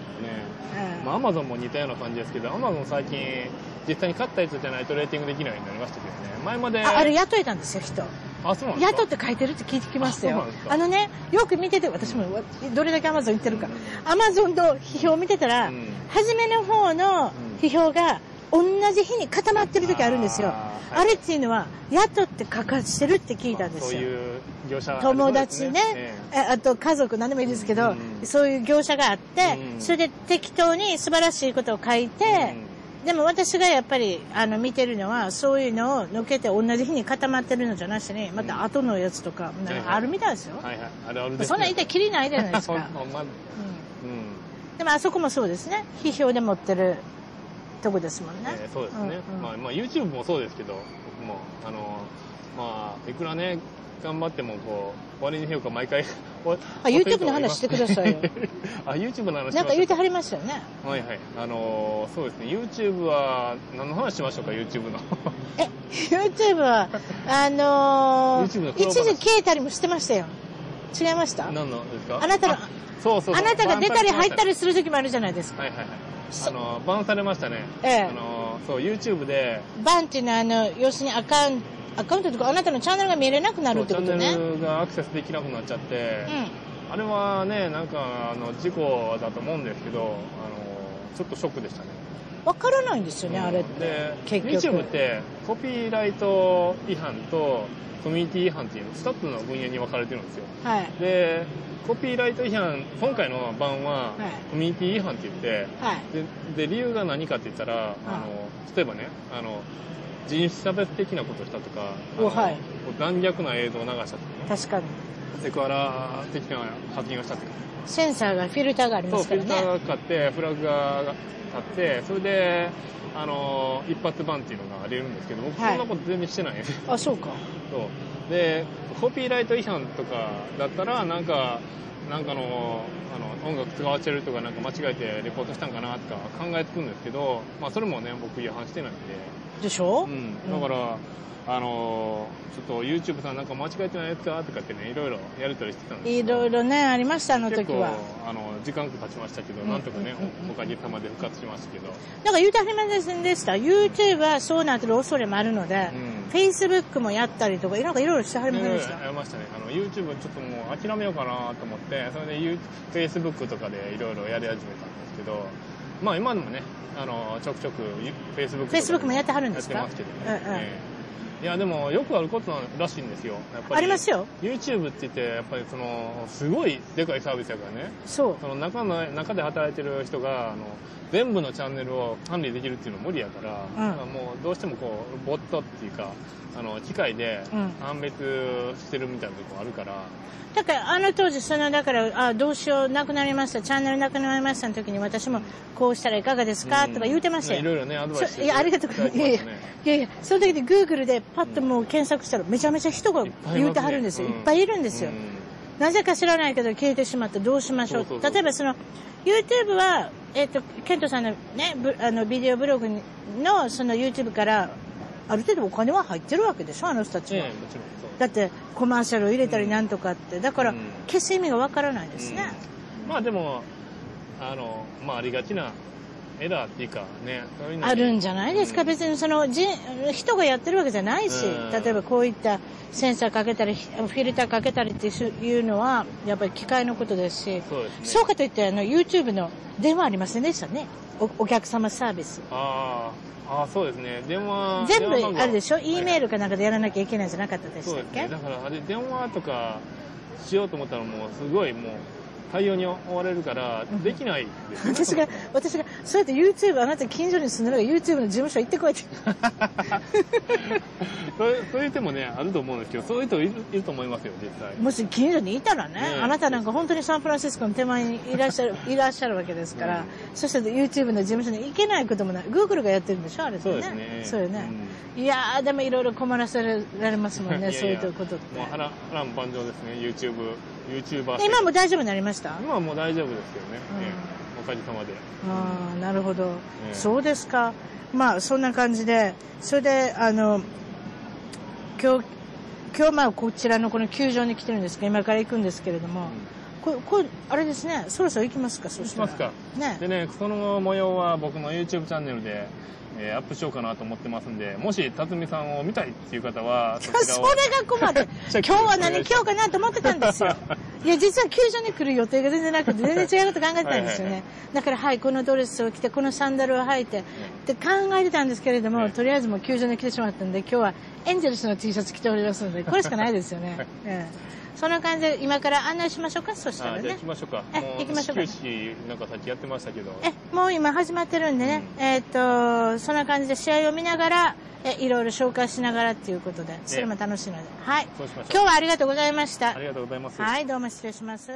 A: ええ
B: まあアマゾンも似たような感じですけどアマゾン最近実際に買ったやつじゃないとレーティングできないようになりましたけどね前まで
A: ああれ雇えたんですよ、人。
B: あそうなんですか
A: 雇って書いてるって聞いてきました
B: あ
A: よ
B: そうなんです。か
A: あのね、よく見てて、私もわどれだけアマゾン行ってるか。アマゾンの批評を見てたら、
B: うん
A: 初めの方の批評が同じ日に固まってる時あるんですよ。
B: あ
A: あ
B: ーはい
A: れっていうのは、雇って書かしてるって聞いたんで
B: そう
A: すよ。
B: いう業者
A: 友達ね
B: え、
A: えあと家族何でもいいですけど、
B: うん
A: そういう業者があって、
B: うん
A: それで適当に素晴らしいことを書い
B: え
A: て、
B: うん
A: でも私がやっぱりあの見てるのはそういうのをのけて同じ日に固まってるのじゃなしにまた後のやつとか
B: いはい
A: なんかあるみたいですよ、
B: はいはいあるあるです
A: そんなんいてきりないじゃないですか、
B: ほんほんまう
A: う
B: ん
A: んでもあそこもそうですね批評で持ってるとこですもんね、
B: えーそうですね、
A: うんうん
B: まあ、まあ YouTube もそうですけど僕もあのまあいくらね頑張ってもこう割に評価毎回おあ
A: YouTube の話してくださいよ
B: あ YouTube の話しましょう
A: なんか言うてはりましたよね
B: はいはいあのーそうですね YouTube は何の話しましょうか YouTube の
A: え YouTube はあの
B: YouTube
A: ー、
B: の黒
A: 一
B: 話
A: 時消えたりもしてましたよ違いました
B: 何のですか
A: あなたの
B: そうそうそう
A: あなたが出たり入った
B: り
A: りする時もあるじゃないですか
B: はいはいはいあのーバンされましたね、
A: ええ
B: あのーそう YouTube で
A: バンっていうのはあの要するにアカウントアカウントとかあなたのチャンネルが見れなくなる
B: そ
A: っ
B: うチ
A: てこ
B: ャ
A: と
B: ンネ
A: ね
B: ルがアクセスできなくなっちゃって、
A: うん
B: あれはね、なんかあの事故だと思うんですけど、あのちょっとショックでしたね。
A: わからないんですよね、あれって。
B: で、
A: 結局
B: YouTube ってコピーライト違反とコミュニティ違反っていう2つの分野に分かれてるんですよ。
A: はい。
B: で、コピーライト違反、今回の版
A: はい
B: はコミュニティ違反って言って、
A: はい。
B: でで理由が何かって言ったら、あの例えばねあの人種差別的なことしたとか、あの
A: おはい
B: こう残虐な映像を流したとかね
A: 確かに。
B: セクハラ的な発言をしたって
A: センサーが、フィルターがあり
B: そ
A: ま
B: う、
A: す
B: フ
A: か
B: ィ
A: ら
B: ル
A: ね。
B: ターが買って、フラッグが立って、それで、あの、一発バンっていうのが出るんですけど、僕
A: は
B: そ
A: い
B: んなこと全然してないね。
A: あ、そうか。
B: そう。で、コピーライト違反とかだったら、なんか、なんかの、あの、音楽使わせるとか、なんか間違えてレポートしたんかなとか考えつくんですけど、まあそれもね、僕違反してないんで。
A: でしょ
B: うん。だから、あの、ちょっと YouTube さんなんか間違えてないやつかとかってね、いろいろやりとりしてたんです
A: い
B: けど。
A: ろいろね、ありました、あの時は。
B: 結構あの時間が経ちましたけど、
A: うん
B: なんとかね、
A: うんうんうん
B: おかげさまで復活しましたけど、
A: なんか言うてはりませんでした。YouTube はそうなってる恐れもあるので、
B: うん
A: Facebook もやったりとか、なんかいろいろしてはりませんでし
B: や
A: た。
B: りましたねあの YouTube ちょっともう諦めようかなと思ってそれで You- Facebook とかでいろいろやり始めたんですけどまあ今でもねあのちょくちょく Facebook とか
A: Facebook もやってはるんですか
B: やってますけどね、
A: うんうん
B: ええいやでもよくあることなんらしいんですよやっぱり
A: ありますよ。
B: YouTube って言ってやっぱりそのすごいでかいサービスやからね
A: そう。
B: その中の中で働いてる人があの全部のチャンネルを管理できるっていうのは無理やから、
A: うん
B: もうどうしてもこうボットっていうかあの機械で
A: うん
B: 判別してるみたいなとこあるから、
A: だから、あの当時、その、だから、あ、どうしよう、なくなりました、チャンネルなくなりましたの時に、私も、こうしたらいかがですか、
B: うん
A: とか言うてましたよ。
B: いろいろねアドバイス
A: そういや、ありがとう
B: い
A: ご
B: た
A: ざ
B: だ
A: いま
B: き
A: す。い
B: ま
A: やい
B: し
A: や
B: たね
A: いやいや、その時に Google でパッともう検索したら、めちゃめちゃ人が
B: いっぱいいますね
A: 言うてはるんですよ。いっぱいいるんですよ。
B: う
A: なぜか知らないけど消えてしまったどうしましょう
B: そうそうそう
A: 例えばその YouTube は、えっとケントさんの,、ね、ブあのビデオブログにのその YouTube からある程度お金は入ってるわけでしょあの人た
B: ん
A: ち
B: え
A: は、
B: えもちろんそう
A: だってコマーシャルを入れたりなんとかってだから
B: うん
A: 消す意味がわからないですね、
B: うんまあでもあの、まあ、ありがちなエラーっていうかねそういうの
A: あるんじゃないですか、
B: うん
A: 別にその人人がやってるわけじゃないし、
B: うん
A: 例えばこういったセンサーかけたりフィルターかけたりっていうのはやっぱり機械のことですし
B: そうですね
A: そうかといってあの YouTube の電話ありませんでしたねおお客様サービス
B: あーあーそうですね電話
A: 全
B: 電話番
A: 部
B: 号
A: あるでしょ
B: はい
A: E メールかなんかでやらなきゃいけないんじゃなかったでし
B: そう
A: たっ
B: です
A: け
B: ね。だから、あれ、電話とかしようと思ったら、もう、すごい、もう、対応に追われるから、できないですね
A: 私が、私が、そうやって YouTube、あなた近所に住んでるから YouTube の事務所行ってこいって。
B: そういうそういう手もね、あると思うんですけど、そういう人いるいると思いますよ、実際。
A: もし近所にいたらね、
B: ねえ
A: あなたなんか本当にサンフランシスコの手前にいらっ しゃる、いらっしゃるわけですから、
B: うん
A: そして YouTube の事務所に行けないこともない。Google がやってるんでしょあれって
B: そう
A: ね。
B: ですね。
A: そうよね。いやー、でもいろいろ困らせられます
B: うん
A: もんね、
B: いや
A: そうい
B: いや
A: うことって。
B: もう波乱、波乱万丈ですね、YouTube、YouTuber
A: で今もう大丈夫になりました
B: 今はもう大丈夫ですよね。
A: うん
B: ええおかげさまで。
A: ああ、なるほど、
B: え
A: そうですか。まあ、そんな感じで、それで、あの、今日、今日、まあ、こちらのこの球場に来てるんですけど、今から行くんですけれども、ここあれですね、そろそろ行きますか、そしたら
B: 行きま
A: ね。
B: でね、その模様は僕の YouTube チャンネルで、えーアップしようかなと思ってますんで、もし辰巳さんを見たいっていう方は、そ
A: そ
B: ちら
A: れ
B: を
A: が困 って、
B: ち
A: 今
B: ょっ
A: 日
B: と
A: は何今日かなと思ってたんですよ。いや、実は球場に来る予定が全然なくて、全然違うこと考えてたんですよね。
B: はいはいはい
A: だから、はい、このドレスを着て、このサンダルを履いて、って考えてたんですけれども、
B: はい
A: とりあえずもう球場に来てしまったんで、今日はエンゼルスの T シャツ着ておりますので、これしかないですよ ね。ええそんな感じで、今から案内しましょうか、そした
B: あ
A: ら
B: じゃ
A: ね
B: あ行き。ましょうか。
A: え行きましょうか
B: 始球式なんかさっきやってましたけど。
A: え、もう今始まってるんでね、
B: うん
A: えーっ、と、そんな感じで試合を見ながら、え、いろいろ紹介しながらっていうことで、それも楽しいので、はい。
B: そうしましょう
A: 今日はありがとうございました
B: あ。りがとうございます。
A: はい、どうも失礼します。